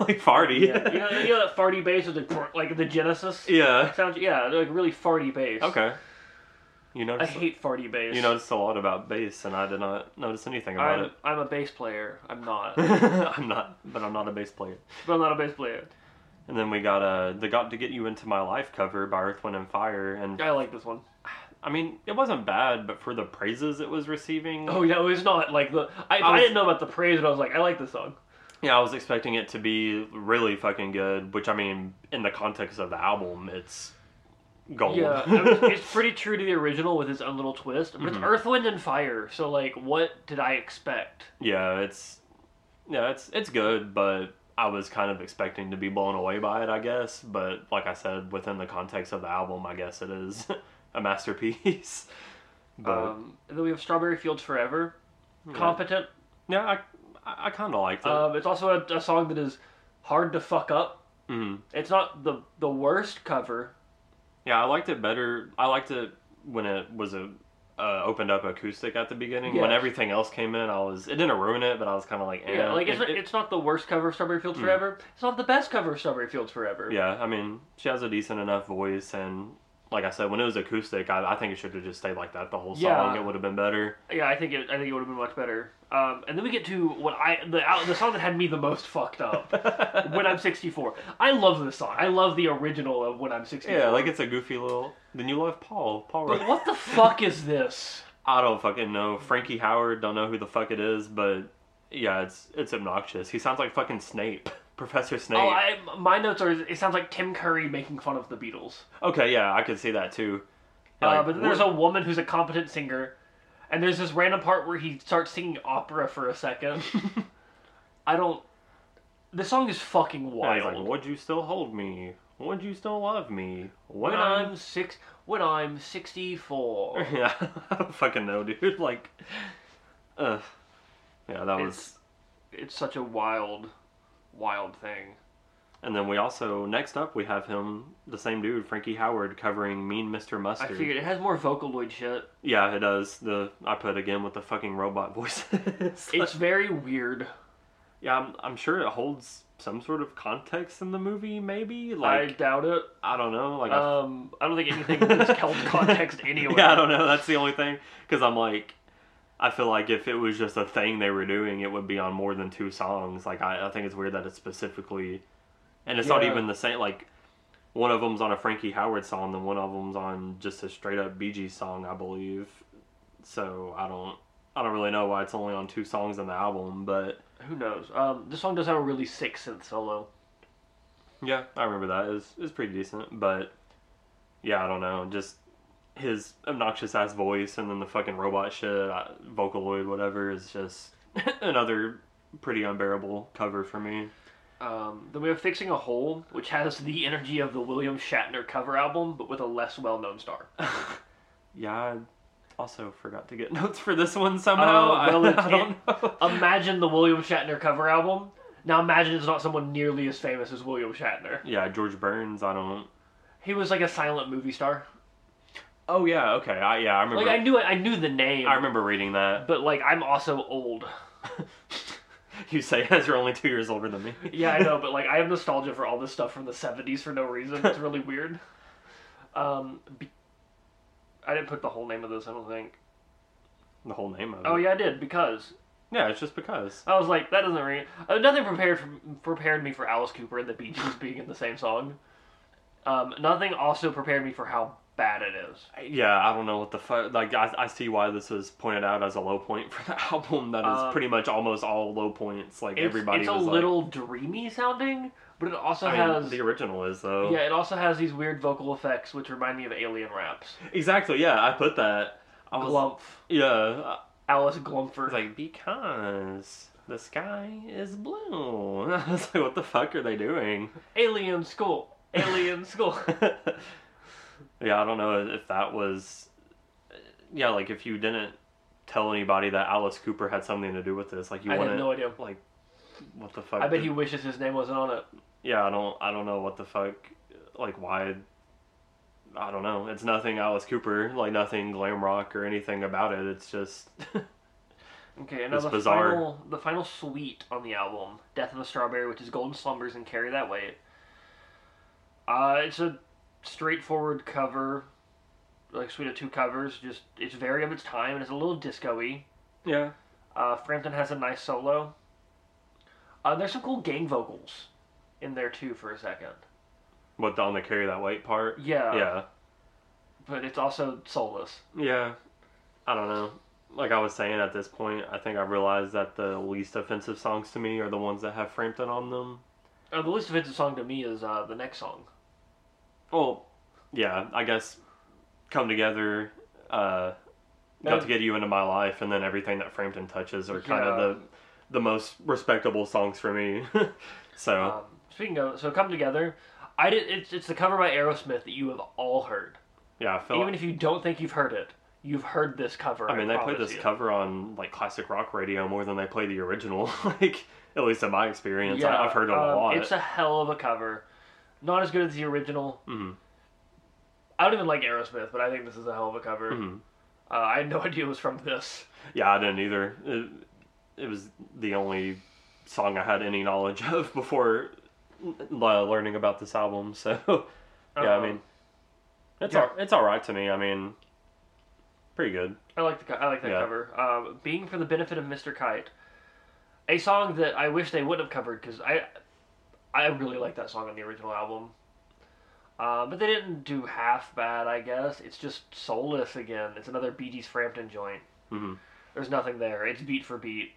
S2: like farty.
S1: Yeah, you know, you know that farty bass with the like the Genesis
S2: yeah.
S1: sounds. Yeah, like really farty bass.
S2: Okay. You
S1: I
S2: notice?
S1: hate farty bass.
S2: You noticed a lot about bass, and I did not notice anything about
S1: I'm,
S2: it.
S1: I'm a bass player. I'm not,
S2: I'm not, but I'm not a bass player.
S1: but I'm not a bass player.
S2: And then we got uh, the "Got to Get You Into My Life" cover by Earth, Wind, and Fire, and
S1: I like this one.
S2: I mean, it wasn't bad, but for the praises it was receiving,
S1: Oh no, it's not like the. I,
S2: I
S1: I
S2: was-
S1: didn't know about the praise, but I was like, I like this song.
S2: yeah, I was expecting it to be really fucking good. Which I mean, in the context of the album, it's gold.
S1: Yeah, I mean, it's pretty true to the original with its own little twist. But it's Earth, Wind, and Fire, so like, what did I expect?
S2: yeah, it's yeah, it's it's good, but I was kind of expecting to be blown away by it, I guess. But like I said, within the context of the album, I guess it is a masterpiece. But
S1: Um, and then we have Strawberry Fields Forever. Competent.
S2: yeah, I I, I kind of liked it.
S1: Um, it's also a, a song that is hard to fuck up.
S2: Mhm.
S1: It's not the the worst cover.
S2: Yeah, I liked it better. I liked it when it was a uh, opened up acoustic at the beginning. When
S1: Yes.
S2: everything else came in, I was it didn't ruin it, but I was kind of like, eh.
S1: Yeah, Mm. like it's,
S2: It-
S1: not
S2: it-
S1: it's not the worst cover of Strawberry Fields Forever. It's not the best cover of Strawberry Fields Forever.
S2: yeah. I mean, she has a decent enough voice, and like I said, when it was acoustic, I, I think it should have just stayed like that the whole song.
S1: Yeah.
S2: It would have been better.
S1: Yeah, I think it, I think it would have been much better. Um, and then we get to what I the out- the song that had me the most fucked up. when I'm 64, I love this song. I love the original of When I'm 64.
S2: Yeah, like it's a goofy little. Then you love Paul. Paul.
S1: But
S2: Rudd.
S1: what the fuck is this?
S2: I don't fucking know. Frankie Howard. Don't know who the fuck it is, but yeah, it's it's obnoxious. He sounds like fucking Snape, Professor Snape.
S1: Oh, I, my notes are. It sounds like Tim Curry making fun of the Beatles.
S2: Okay, yeah, I could see that too.
S1: uh,
S2: Like,
S1: but then there's
S2: what-
S1: a woman who's a competent singer, and there's this random part where he starts singing opera for a second. I don't. The song is fucking
S2: Yeah, he's
S1: wild.
S2: like, would you still hold me? Would you still love me?
S1: when I'm six, when I'm sixty-four,
S2: Yeah, I don't fucking know, dude. Like, uh, yeah, that was.
S1: it's it's such a wild, wild thing.
S2: And then we also next up we have him, the same dude, Frankie Howard, covering Mean Mr.
S1: I
S2: Mustard.
S1: figured it has more Vocaloid shit.
S2: Yeah, it does. The I put again with the fucking robot voices.
S1: It's very weird.
S2: yeah, I'm, I'm sure it holds some sort of context in the movie. Maybe
S1: I
S2: like
S1: doubt it.
S2: I, don't know. Like I
S1: Um, I don't think anything that's held context anywhere.
S2: Yeah, I don't know. That's the only thing. Because I'm like, I feel like if it was just a thing they were doing, it would be on more than two songs. Like, I, I think it's weird that it's specifically, and it's not
S1: Yeah.
S2: even the same. Like, one of them's on a Frankie Howard song, then one of them's on just a straight up Bee Gees song, I believe. So I don't, I don't really know why it's only on two songs on the album, but
S1: Who knows? Um, this song does have a really sick synth solo.
S2: Yeah, I remember that. It's it's pretty decent, but yeah, I don't know. Just his obnoxious ass voice and then the fucking robot shit, I, Vocaloid, whatever, is just another pretty unbearable cover for me.
S1: Um, then we have Fixing a Hole, which has the energy of the William Shatner cover album, but with a less well known star.
S2: Yeah, I also forgot to get notes for this one somehow.
S1: Oh, well,
S2: I,
S1: it-
S2: I don't know.
S1: Imagine the William Shatner cover album. Now imagine it's not someone nearly as famous as William Shatner.
S2: yeah, George Burns, I don't.
S1: He was like a silent movie star.
S2: Oh yeah, okay. I yeah, I remember
S1: Like I knew I knew the name.
S2: I remember reading that.
S1: But like I'm also old.
S2: You say as you're only 2 years older than me.
S1: Yeah, I know, but like I have nostalgia for all this stuff from the '70s for no reason. It's really weird. Um, be- I didn't put the whole name of this. I don't think.
S2: The whole name of it.
S1: Oh yeah, I did because
S2: Yeah, it's just because.
S1: I was like, that doesn't ring. Uh, nothing prepared for, prepared me for Alice Cooper and the Bee Gees being in the same song. Um, nothing also prepared me for how bad it is.
S2: Yeah, I don't know what the fuck. Like, I, I see why this is pointed out as a low point for the album. That is
S1: Um,
S2: pretty much almost all low points. Like
S1: It's,
S2: everybody
S1: it's a
S2: was
S1: little dreamy sounding, but it also
S2: like, I mean,
S1: has
S2: the original is though.
S1: yeah, it also has these weird vocal effects which remind me of alien raps.
S2: exactly. Yeah, I put that. I was
S1: Glumph,
S2: yeah. I
S1: Alice Glumfer.
S2: was like because the sky is blue. I was like, what the fuck are they doing?
S1: Alien school. Alien school.
S2: yeah, I don't know if that was. Yeah, like if you didn't tell anybody that Alice Cooper had something to do with this, like you
S1: I
S2: wouldn't.
S1: had no idea.
S2: Like, what the fuck?
S1: I bet
S2: did-
S1: he wishes his name wasn't on it.
S2: yeah i don't i don't know what the fuck like why i don't know it's nothing alice cooper like nothing glam rock or anything about it it's just
S1: Okay, and now
S2: It's
S1: the
S2: bizarre.
S1: final the final suite on the album, "Death of a Strawberry," which is "Golden Slumbers" and "Carry That Weight." Uh, it's a straightforward cover, like suite of two covers. Just it's very of its time, and it's a little disco-y.
S2: yeah
S1: Uh, Frampton has a nice solo. Uh, there's some cool gang vocals in there too for a second.
S2: what on the carry that weight part
S1: Yeah,
S2: yeah
S1: But it's also soulless.
S2: yeah i don't know like i was saying at this point i think i realized that the least offensive songs to me are the ones that have frampton on them
S1: Uh, the least offensive song to me is uh, the next song.
S2: well yeah i guess come together uh got to get you into my life and then everything that frampton touches are kind of
S1: Yeah.
S2: the the most respectable songs for me so
S1: Um, speaking of, so come together. I did. It's, it's the cover by Aerosmith that you have all heard.
S2: yeah i feel
S1: Even if you don't think you've heard it, you've heard this cover.
S2: Oh. i mean they play
S1: promise
S2: this
S1: you.
S2: cover on like classic rock radio more than they play the original like at least in my experience I, i've heard it a
S1: um,
S2: lot
S1: It's a hell of a cover. Not as good as the original.
S2: Mhm.
S1: I don't even like Aerosmith, but I think this is a hell of a cover.
S2: Mhm.
S1: Uh, I had no idea it was from this.
S2: yeah i didn't either it, it was the only song i had any knowledge of before uh, learning about this album so yeah
S1: Um,
S2: i mean it's,
S1: yeah.
S2: all, it's all right to me i mean pretty good
S1: I like the co- I like that
S2: Yeah.
S1: cover. Um, Being for the benefit of Mr. Kite, a song that I wish they would have covered because I, I really like that song on the original album. Uh, but they didn't do half bad, I guess. It's just soulless again. It's another Bee Gees Frampton joint.
S2: hmm
S1: There's nothing there. It's beat for beat.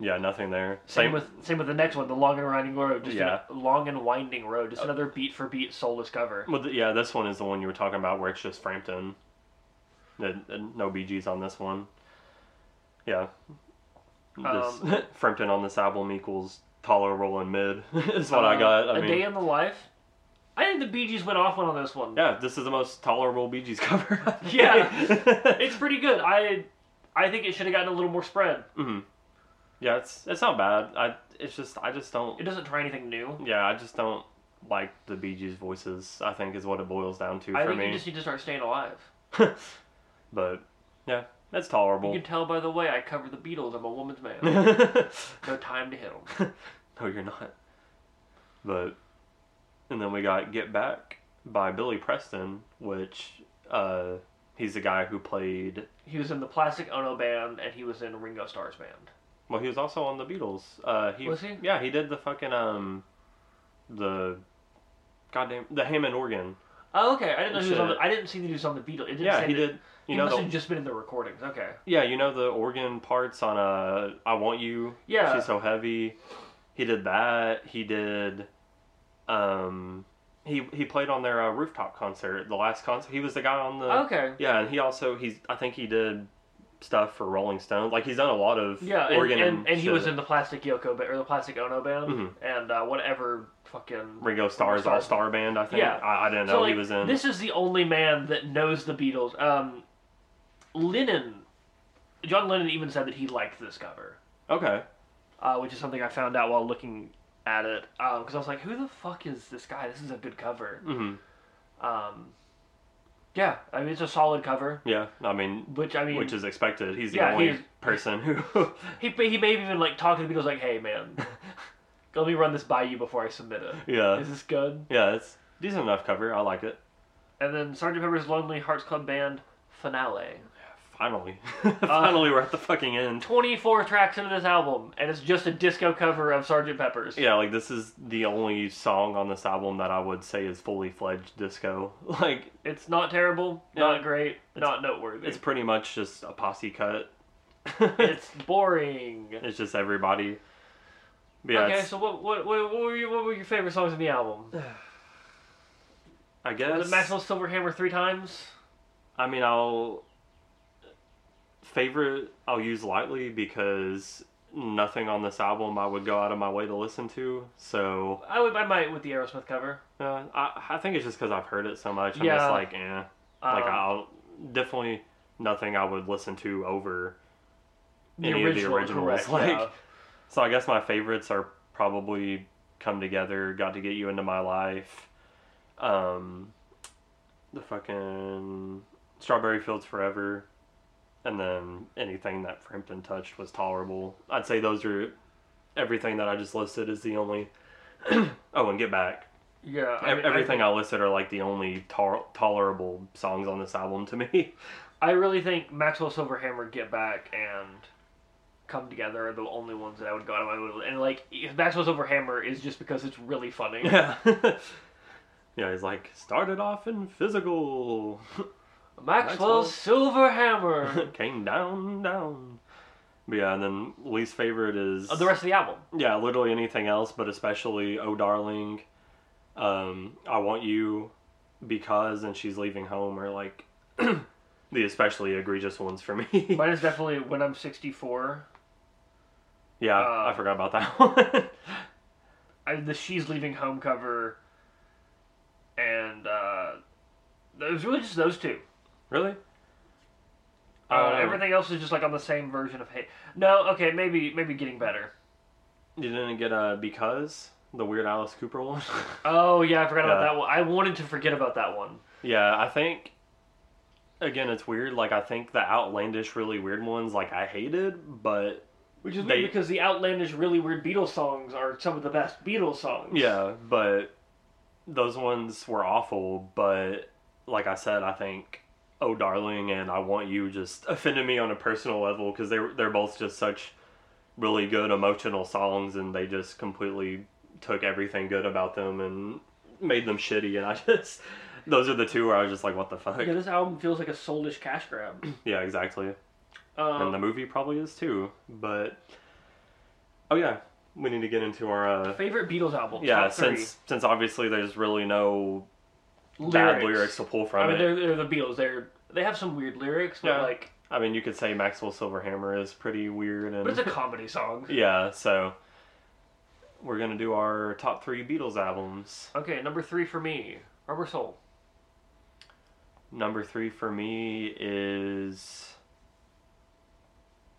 S2: Yeah, nothing there.
S1: Same, with same with the next one, the Long and Winding Road. Just
S2: Yeah. Uh,
S1: an- Long and Winding Road. Just another beat for beat soulless cover.
S2: Well, th- yeah, this one is the one you were talking about where it's just Frampton. Uh, uh, No BGs on this one. Yeah. This,
S1: Um,
S2: Frampton on this album equals tolerable and mid is what I
S1: Uh,
S2: got. I
S1: a
S2: mean,
S1: day in the life. I think the Bee Gees went off on this one.
S2: yeah, this is the most tolerable Bee Gees cover. I think.
S1: Yeah. It's pretty good. I I think it should have gotten a little more spread.
S2: Mhm. Yeah, it's it's not bad. I it's just I just don't.
S1: It doesn't try anything new.
S2: Yeah, I just don't like the Bee Gees voices. I think is what it boils down to
S1: I
S2: for
S1: think
S2: me.
S1: you just need to start staying alive.
S2: but yeah, that's
S1: You
S2: tolerable.
S1: can tell by the way I cover the Beatles. I'm a woman's man.
S2: no,
S1: no time to hit 'em.
S2: you're not. But and then we got Get Back by Billy Preston, which uh he's the guy who played
S1: He was in the Plastic Ono band and he was in Ringo Starr's band.
S2: well, he was also on the Beatles. Uh he
S1: Was he?
S2: Yeah, he did the fucking um the goddamn the Hammond organ.
S1: Oh, okay. I didn't know he was on.
S2: Shit.
S1: The, I didn't see that he was on the Beatles. It didn't
S2: Yeah,
S1: say
S2: he
S1: that-
S2: did you
S1: he
S2: know
S1: must
S2: the
S1: have just been in the recordings. Okay.
S2: Yeah, you know the organ parts on uh, "I Want You."
S1: Yeah.
S2: she's so heavy. He did that. He did. Um, he he played on their uh, rooftop concert. The last concert, he was the guy on the.
S1: okay.
S2: Yeah, and he also he's I think he did stuff for Rolling Stones. Like he's done a lot of
S1: Yeah, and,
S2: organ
S1: and, and he
S2: shit.
S1: was in the Plastic Yoko band or the Plastic Ono band
S2: Mhm.
S1: and uh, whatever fucking.
S2: Ringo Starr's
S1: Starr.
S2: All Star Band. I think.
S1: Yeah.
S2: I, I didn't know
S1: so like,
S2: he was in.
S1: this is the only man that knows the Beatles. Um, Lennon, John Lennon even said that he liked this cover,
S2: Okay.
S1: uh, which is something I found out while looking at it because I was like, who the fuck is this guy? This is a good cover.
S2: hmm
S1: Um, yeah, I mean it's a solid cover,
S2: Yeah. I mean,
S1: which I mean
S2: which is expected. He's the
S1: Yeah,
S2: only
S1: he's-
S2: person who.
S1: he he may have even like talk to the Beatles like, hey man, let me run this by you before I submit it.
S2: yeah.
S1: Is this good?
S2: Yeah. It's decent enough cover. I like it.
S1: And then Sgt. Pepper's Lonely Hearts Club Band finale.
S2: Finally.
S1: Ah.
S2: Finally, we're at the fucking end.
S1: 24 tracks into this album, and it's just a disco cover of Sgt. Pepper's.
S2: Yeah, like this is the only song on this album that I would say is fully fledged disco. Like,
S1: It's not terrible,
S2: Yeah.
S1: not great, not noteworthy.
S2: it's
S1: It's,
S2: pretty much just a posse cut.
S1: boring.
S2: it's just everybody. But yeah,
S1: okay,
S2: it's-
S1: so what, what, what, what, were your, what were your favorite songs in the album?
S2: I
S1: Was
S2: guess.
S1: it Maxwell Silverhammer three times?
S2: I mean, I'll. Favorite, I'll use lightly because nothing on this album I would go out of my way to listen to. So,
S1: I, would, I might with the Aerosmith cover.
S2: uh, I, I think it's just because I've heard it so much. I'm
S1: Yeah.
S2: just like, eh.
S1: Um,
S2: like I'll definitely nothing I would listen to over
S1: the
S2: any of the
S1: original,
S2: originals.
S1: correct,
S2: like
S1: yeah.
S2: so, I guess my favorites are probably "Come Together," "Got to Get You Into My Life," um, the fucking "Strawberry Fields Forever," and then anything that Frampton touched was tolerable. I'd say those are everything that I just listed is the only. oh, and "Get Back."
S1: Yeah, I
S2: Ev-
S1: mean, I
S2: Everything I, listed are like the only tar- tolerable songs on this album to me.
S1: I really think Maxwell Silverhammer, Get Back, and Come Together are the only ones that I would go out of my way. to- And like Maxwell Silverhammer is just because it's really funny.
S2: Yeah. yeah, he's like, started off in physical,
S1: Maxwell
S2: Maxwell.
S1: Silverhammer.
S2: came down, down. But yeah, and then least favorite is.
S1: of Oh, the rest of the album.
S2: Yeah, literally anything else, but especially Oh Darling, um, I Want You, Because, and She's Leaving Home are like the especially egregious ones for me.
S1: Mine is definitely When I'm 64.
S2: yeah,
S1: uh,
S2: I forgot about that one.
S1: I, the She's Leaving Home cover. And uh, it was really just those two.
S2: really?
S1: Uh,
S2: Uh,
S1: everything else is just like on the same version of Hey. No, okay, maybe maybe getting better.
S2: You didn't get a Because? The weird Alice Cooper one?
S1: Oh yeah, I forgot about
S2: Yeah.
S1: that one. I wanted to forget about that one.
S2: Yeah, I think again it's weird. Like I think the outlandish, really weird ones, like I hated, but
S1: Which is
S2: They-
S1: weird because the outlandish, really weird Beatles songs are some of the best Beatles songs.
S2: yeah, but those ones were awful. But like I said, I think "Oh Darling" and "I Want You" just offended me on a personal level because they were- they're both just such really good emotional songs, and they just completely took everything good about them and made them shitty. And I just those are the two where I was just like, what the fuck?
S1: Yeah, this album feels like a soulish cash grab.
S2: Yeah, exactly. and the
S1: Um,
S2: movie probably is too. But oh yeah, we need to get into our uh,
S1: favorite Beatles album.
S2: yeah.
S1: top three.
S2: Since since obviously there's really no bad
S1: Lyrics.
S2: lyrics to pull from
S1: I mean,
S2: it.
S1: they're, they're the Beatles. They're they have some weird lyrics, but
S2: Yeah.
S1: like,
S2: I mean, you could say Maxwell Silverhammer is pretty weird and
S1: but it's a comedy song.
S2: yeah. So we're gonna do our top three Beatles albums.
S1: Okay, number three for me, Rubber Soul.
S2: Number three for me is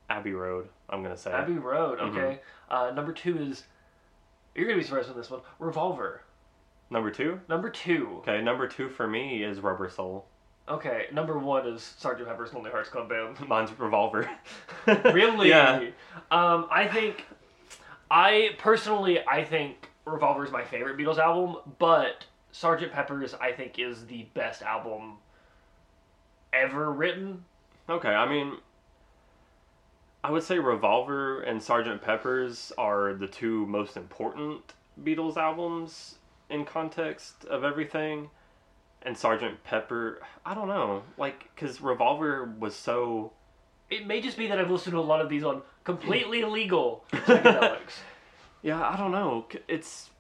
S2: Abbey Road. I'm gonna say
S1: Abbey Road.
S2: Mhm.
S1: Okay. Uh, number two is you're gonna be surprised on this one. Revolver.
S2: number two.
S1: Number two.
S2: Okay, number two for me is Rubber Soul.
S1: Okay. Number one is Sergeant Pepper's Lonely Hearts Club Band.
S2: Mine's Revolver.
S1: really?
S2: Yeah.
S1: Um, I think I personally I think Revolver is my favorite Beatles album, but Sergeant Pepper's I think is the best album ever written.
S2: Okay, I mean, I would say Revolver and Sgt. Pepper's are the two most important Beatles albums in context of everything. And Sgt. Pepper, I don't know, like, because Revolver was so.
S1: It may just be that I've listened to a lot of these on completely illegal psychedelics.
S2: Yeah, I don't know. c- It's.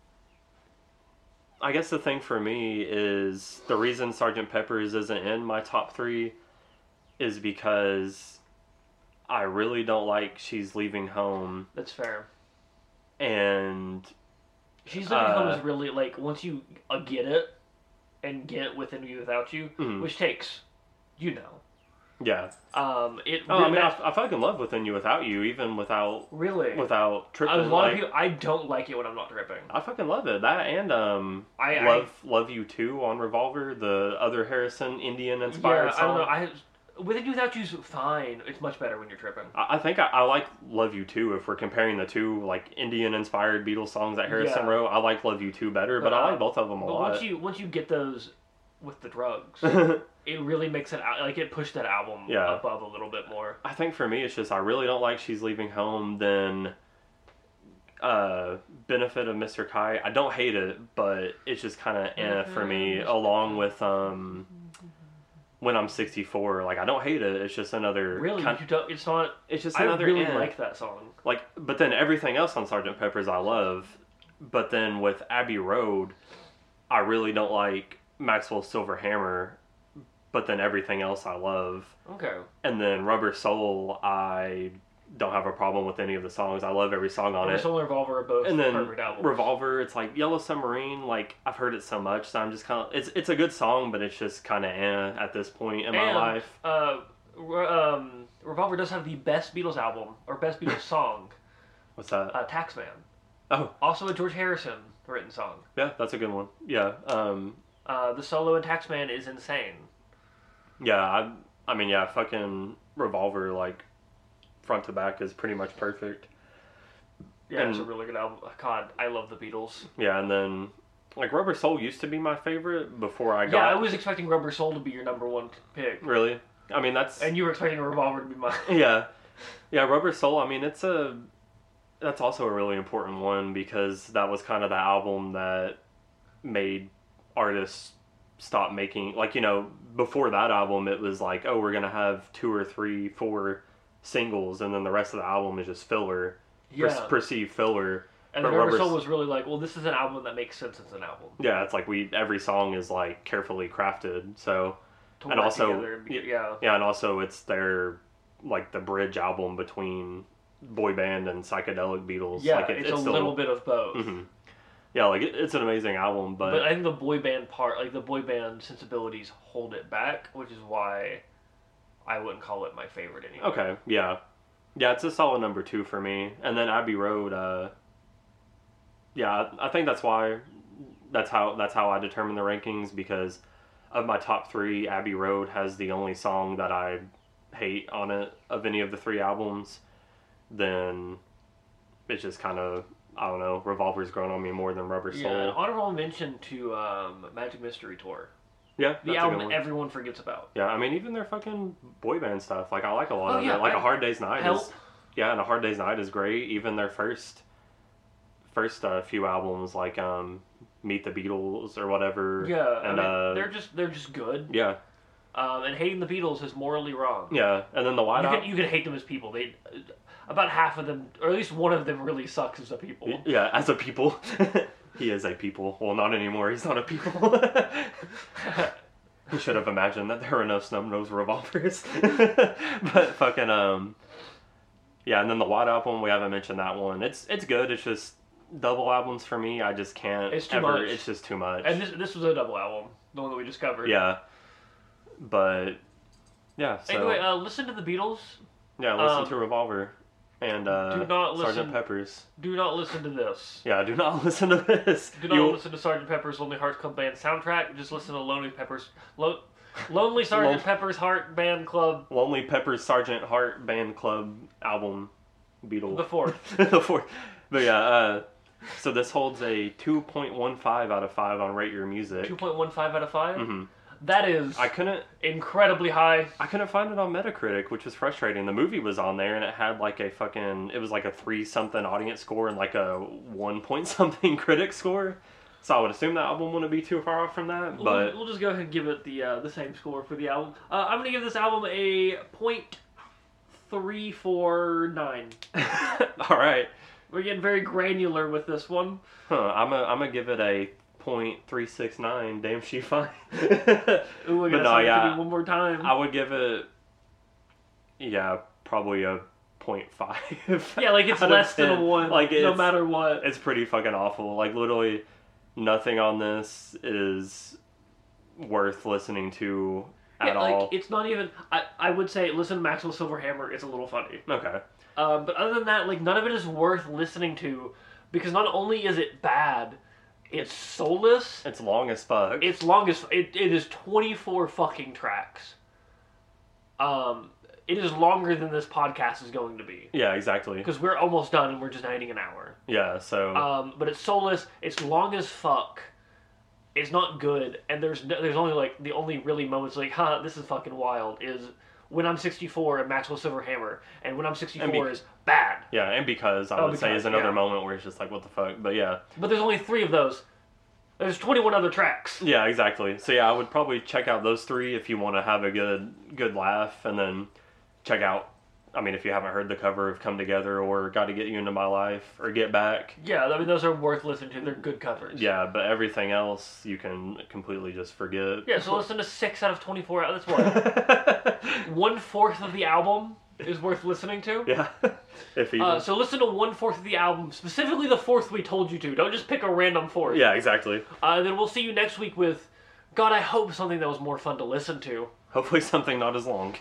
S2: I guess the thing for me is the reason Sgt. Pepper's isn't in my top three is because I really don't like She's Leaving Home
S1: That's fair.
S2: and
S1: She's Leaving Home
S2: Uh,
S1: is really like once you uh, get it and get within you without you,
S2: Mhm.
S1: which takes, you know,
S2: yeah.
S1: um, it.
S2: Oh, I mean,
S1: that-
S2: I, I fucking love within you without you, even without
S1: really.
S2: without
S1: a
S2: tripping.
S1: lot
S2: like,
S1: of people, I don't like it when I'm not dripping.
S2: I fucking love it. That and um,
S1: I- I-
S2: love love you too on Revolver, the other Harrison Indian inspired
S1: yeah,
S2: song.
S1: I don't know. I with it without you's fine. It's much better when you're tripping.
S2: I I think I, I like Love You Too if we're comparing the two like Indian inspired Beatles songs at Harrison
S1: Yeah.
S2: Row. I like Love You Too better, but,
S1: But
S2: I
S1: I-
S2: like both of them a
S1: But once
S2: lot.
S1: you once you get those with the drugs, it really makes it out like it pushed that album
S2: Yeah.
S1: above a little bit more.
S2: I think for me it's just I really don't like She's Leaving Home then uh benefit of Mr. Kai. I don't hate it, but it's just kind of eh
S1: Mm-hmm.
S2: for me along with um when I'm 64. Like I don't hate it. It's just another
S1: Really,
S2: kind-
S1: you don't, it's not.
S2: it's just
S1: I
S2: another
S1: really
S2: eh.
S1: like that song.
S2: like but then everything else on Sergeant Pepper's I love, but then with Abbey Road, I really don't like Maxwell Silverhammer, but then everything else I love,
S1: Okay,
S2: and then Rubber Soul I don't have a problem with any of the songs. I love every song on
S1: Rubber
S2: it.
S1: Soul and Revolver are both
S2: And then
S1: perfect albums.
S2: Revolver, it's like Yellow Submarine. Like I've heard it so much, so I'm just kind of it's it's a good song, but it's just kind of eh at this point in my
S1: And,
S2: life.
S1: Uh, Re- um, Revolver does have the best Beatles album or best Beatles song,
S2: What's that?
S1: uh, Taxman.
S2: Oh.
S1: Also a George Harrison written song.
S2: Yeah, that's a good one. Yeah. Um,
S1: Uh, the solo in Taxman is insane.
S2: Yeah, I, I mean, yeah, fucking Revolver, like, front to back is pretty much perfect.
S1: Yeah, it's a
S2: And-
S1: really good album. God, I love the Beatles.
S2: Yeah, and then, like, Rubber Soul used to be my favorite before I got.
S1: Yeah, I was expecting Rubber Soul to be your number one pick,
S2: Really? I mean, that's.
S1: and you were expecting Revolver to be mine.
S2: yeah. Yeah, Rubber Soul, I mean, it's a. That's also a really important one because that was kind of the album that made artists stop making. Like, you know, before that album, it was like, oh, we're going to have two or three, four singles, and then the rest of the album is just filler.
S1: Yeah,
S2: per- perceived filler.
S1: and
S2: but
S1: then Rubber
S2: Rubber
S1: Soul
S2: S-
S1: was really like, well, this is an album that makes sense as an album.
S2: Yeah, it's like we every song is like carefully crafted. So
S1: To
S2: And
S1: work
S2: also-
S1: together and be-
S2: y-
S1: yeah,
S2: yeah, and also it's their like the bridge album between boy band and psychedelic Beatles.
S1: yeah,
S2: like it-
S1: it's, a little bit of both.
S2: mhm. Yeah, like it, it's an amazing album, but,
S1: But I think the boy band part, like the boy band sensibilities, hold it back, which is why I wouldn't call it my favorite anymore.
S2: okay, yeah, yeah, it's a solid number two for me. And then Abbey Road. Uh, yeah, I- I think that's why. That's how that's how I determine the rankings because of my top three, Abbey Road has the only song that I hate on it of any of the three albums. Then it's just kind of I don't know. Revolver's grown on me more than Rubber Soul.
S1: Yeah, an honorable mention to um, Magic Mystery Tour, the
S2: Yeah, that's a good
S1: album
S2: one.
S1: everyone forgets about.
S2: yeah, I mean even their fucking boy band stuff. Like I like a lot
S1: Oh,
S2: of
S1: yeah,
S2: it. Like a
S1: I-
S2: Hard Day's Night
S1: Help.
S2: is yeah, and a Hard Day's Night is great. Even their first first uh, few albums like um Meet the Beatles or whatever.
S1: Yeah, I
S2: and
S1: mean,
S2: uh,
S1: they're just they're just good.
S2: yeah,
S1: Um, and hating the Beatles is morally wrong.
S2: yeah, and then the White
S1: you
S2: Album.
S1: can, you can hate them as people. They about half of them, or at least one of them, really sucks as a people.
S2: Yeah, as a people. He is a people. Well, not anymore. He's not a people. he should have imagined that there were no snub nose revolvers. but fucking um, yeah. And then the White Album, we haven't mentioned that one. It's it's good. It's just double albums for me. I just can't.
S1: It's too
S2: ever-
S1: much.
S2: It's just too much.
S1: And this this was a double album, the one that we just covered.
S2: yeah. But yeah. So
S1: Anyway, uh, listen to the Beatles.
S2: yeah, listen
S1: um,
S2: to Revolver and uh,
S1: do not listen-
S2: Sergeant Pepper's.
S1: Do not listen to this.
S2: Yeah, do not listen to this.
S1: Do not
S2: You'll-
S1: listen to Sergeant Pepper's Lonely Hearts Club Band soundtrack. Just listen to Lonely Pepper's Lo- Lonely Sergeant
S2: Lon-
S1: Pepper's Heart Band Club.
S2: Lonely Pepper's Sergeant Heart Band Club album, Beatle.
S1: The fourth.
S2: the fourth. But yeah, uh, so this holds a 2.15 out of 5 on Rate Your Music.
S1: Two point one five out of 5
S2: Mhm.
S1: That is
S2: I couldn't
S1: incredibly high.
S2: I couldn't find it on Metacritic, which was frustrating. The movie was on there and it had like a fucking it was like a 3 something audience score and like a 1 point something critic score. So I would assume that album wouldn't be too far off from that,
S1: We'll-
S2: but
S1: we'll, just go ahead and give it the uh, the same score for the album. Uh, I'm gonna give this album a point three four nine.
S2: all right.
S1: We're getting very granular with this one.
S2: Huh, I'm a, I'm gonna give it a .369. Damn, she fine. but
S1: Ooh, we're gonna
S2: no,
S1: say
S2: yeah,
S1: it one more time.
S2: I would give it, yeah, probably a .5.
S1: yeah, like it's
S2: out of
S1: less than a
S2: 10.
S1: one.
S2: Like it's,
S1: no matter what.
S2: it's pretty fucking awful. Like literally, nothing on this is worth listening to at
S1: Yeah, like
S2: all.
S1: it's not even. I, I would say listen to Maxwell Silverhammer is a little funny.
S2: okay.
S1: Um, but other than that, like none of it is worth listening to, because not only is it bad, it's soulless.
S2: It's long as fuck.
S1: It's longest. It, it is twenty four fucking tracks. Um, it is longer than this podcast is going to be
S2: yeah, exactly.
S1: because we're almost done and we're just hitting an hour.
S2: Yeah, so
S1: Um, but it's soulless. It's long as fuck. It's not good, and there's no, there's only like the only really moments like, huh, this is fucking wild. Is when I'm 64 and Maxwell Silverhammer, and when I'm 64
S2: And bec-
S1: is bad.
S2: yeah, and because I
S1: Oh,
S2: would say
S1: because,
S2: is another
S1: yeah.
S2: moment where it's just like what the fuck. But yeah.
S1: But there's only three of those. There's 21 other tracks.
S2: Yeah, exactly. So yeah, I would probably check out those three if you want to have a good good laugh, and then check out. I mean, if you haven't heard the cover of "Come Together" or "Got to Get You Into My Life" or "Get Back,"
S1: Yeah, I mean those are worth listening to. They're good covers.
S2: yeah. But everything else, you can completely just forget.
S1: Yeah, so listen to six out of 24. out- That's what one fourth of the album is worth listening to.
S2: yeah. If you.
S1: Uh, so listen to one fourth of the album, specifically the fourth we told you to. Don't just pick a random fourth.
S2: yeah, exactly.
S1: Uh, and then we'll see you next week with God. I hope something that was more fun to listen to.
S2: Hopefully, something not as long.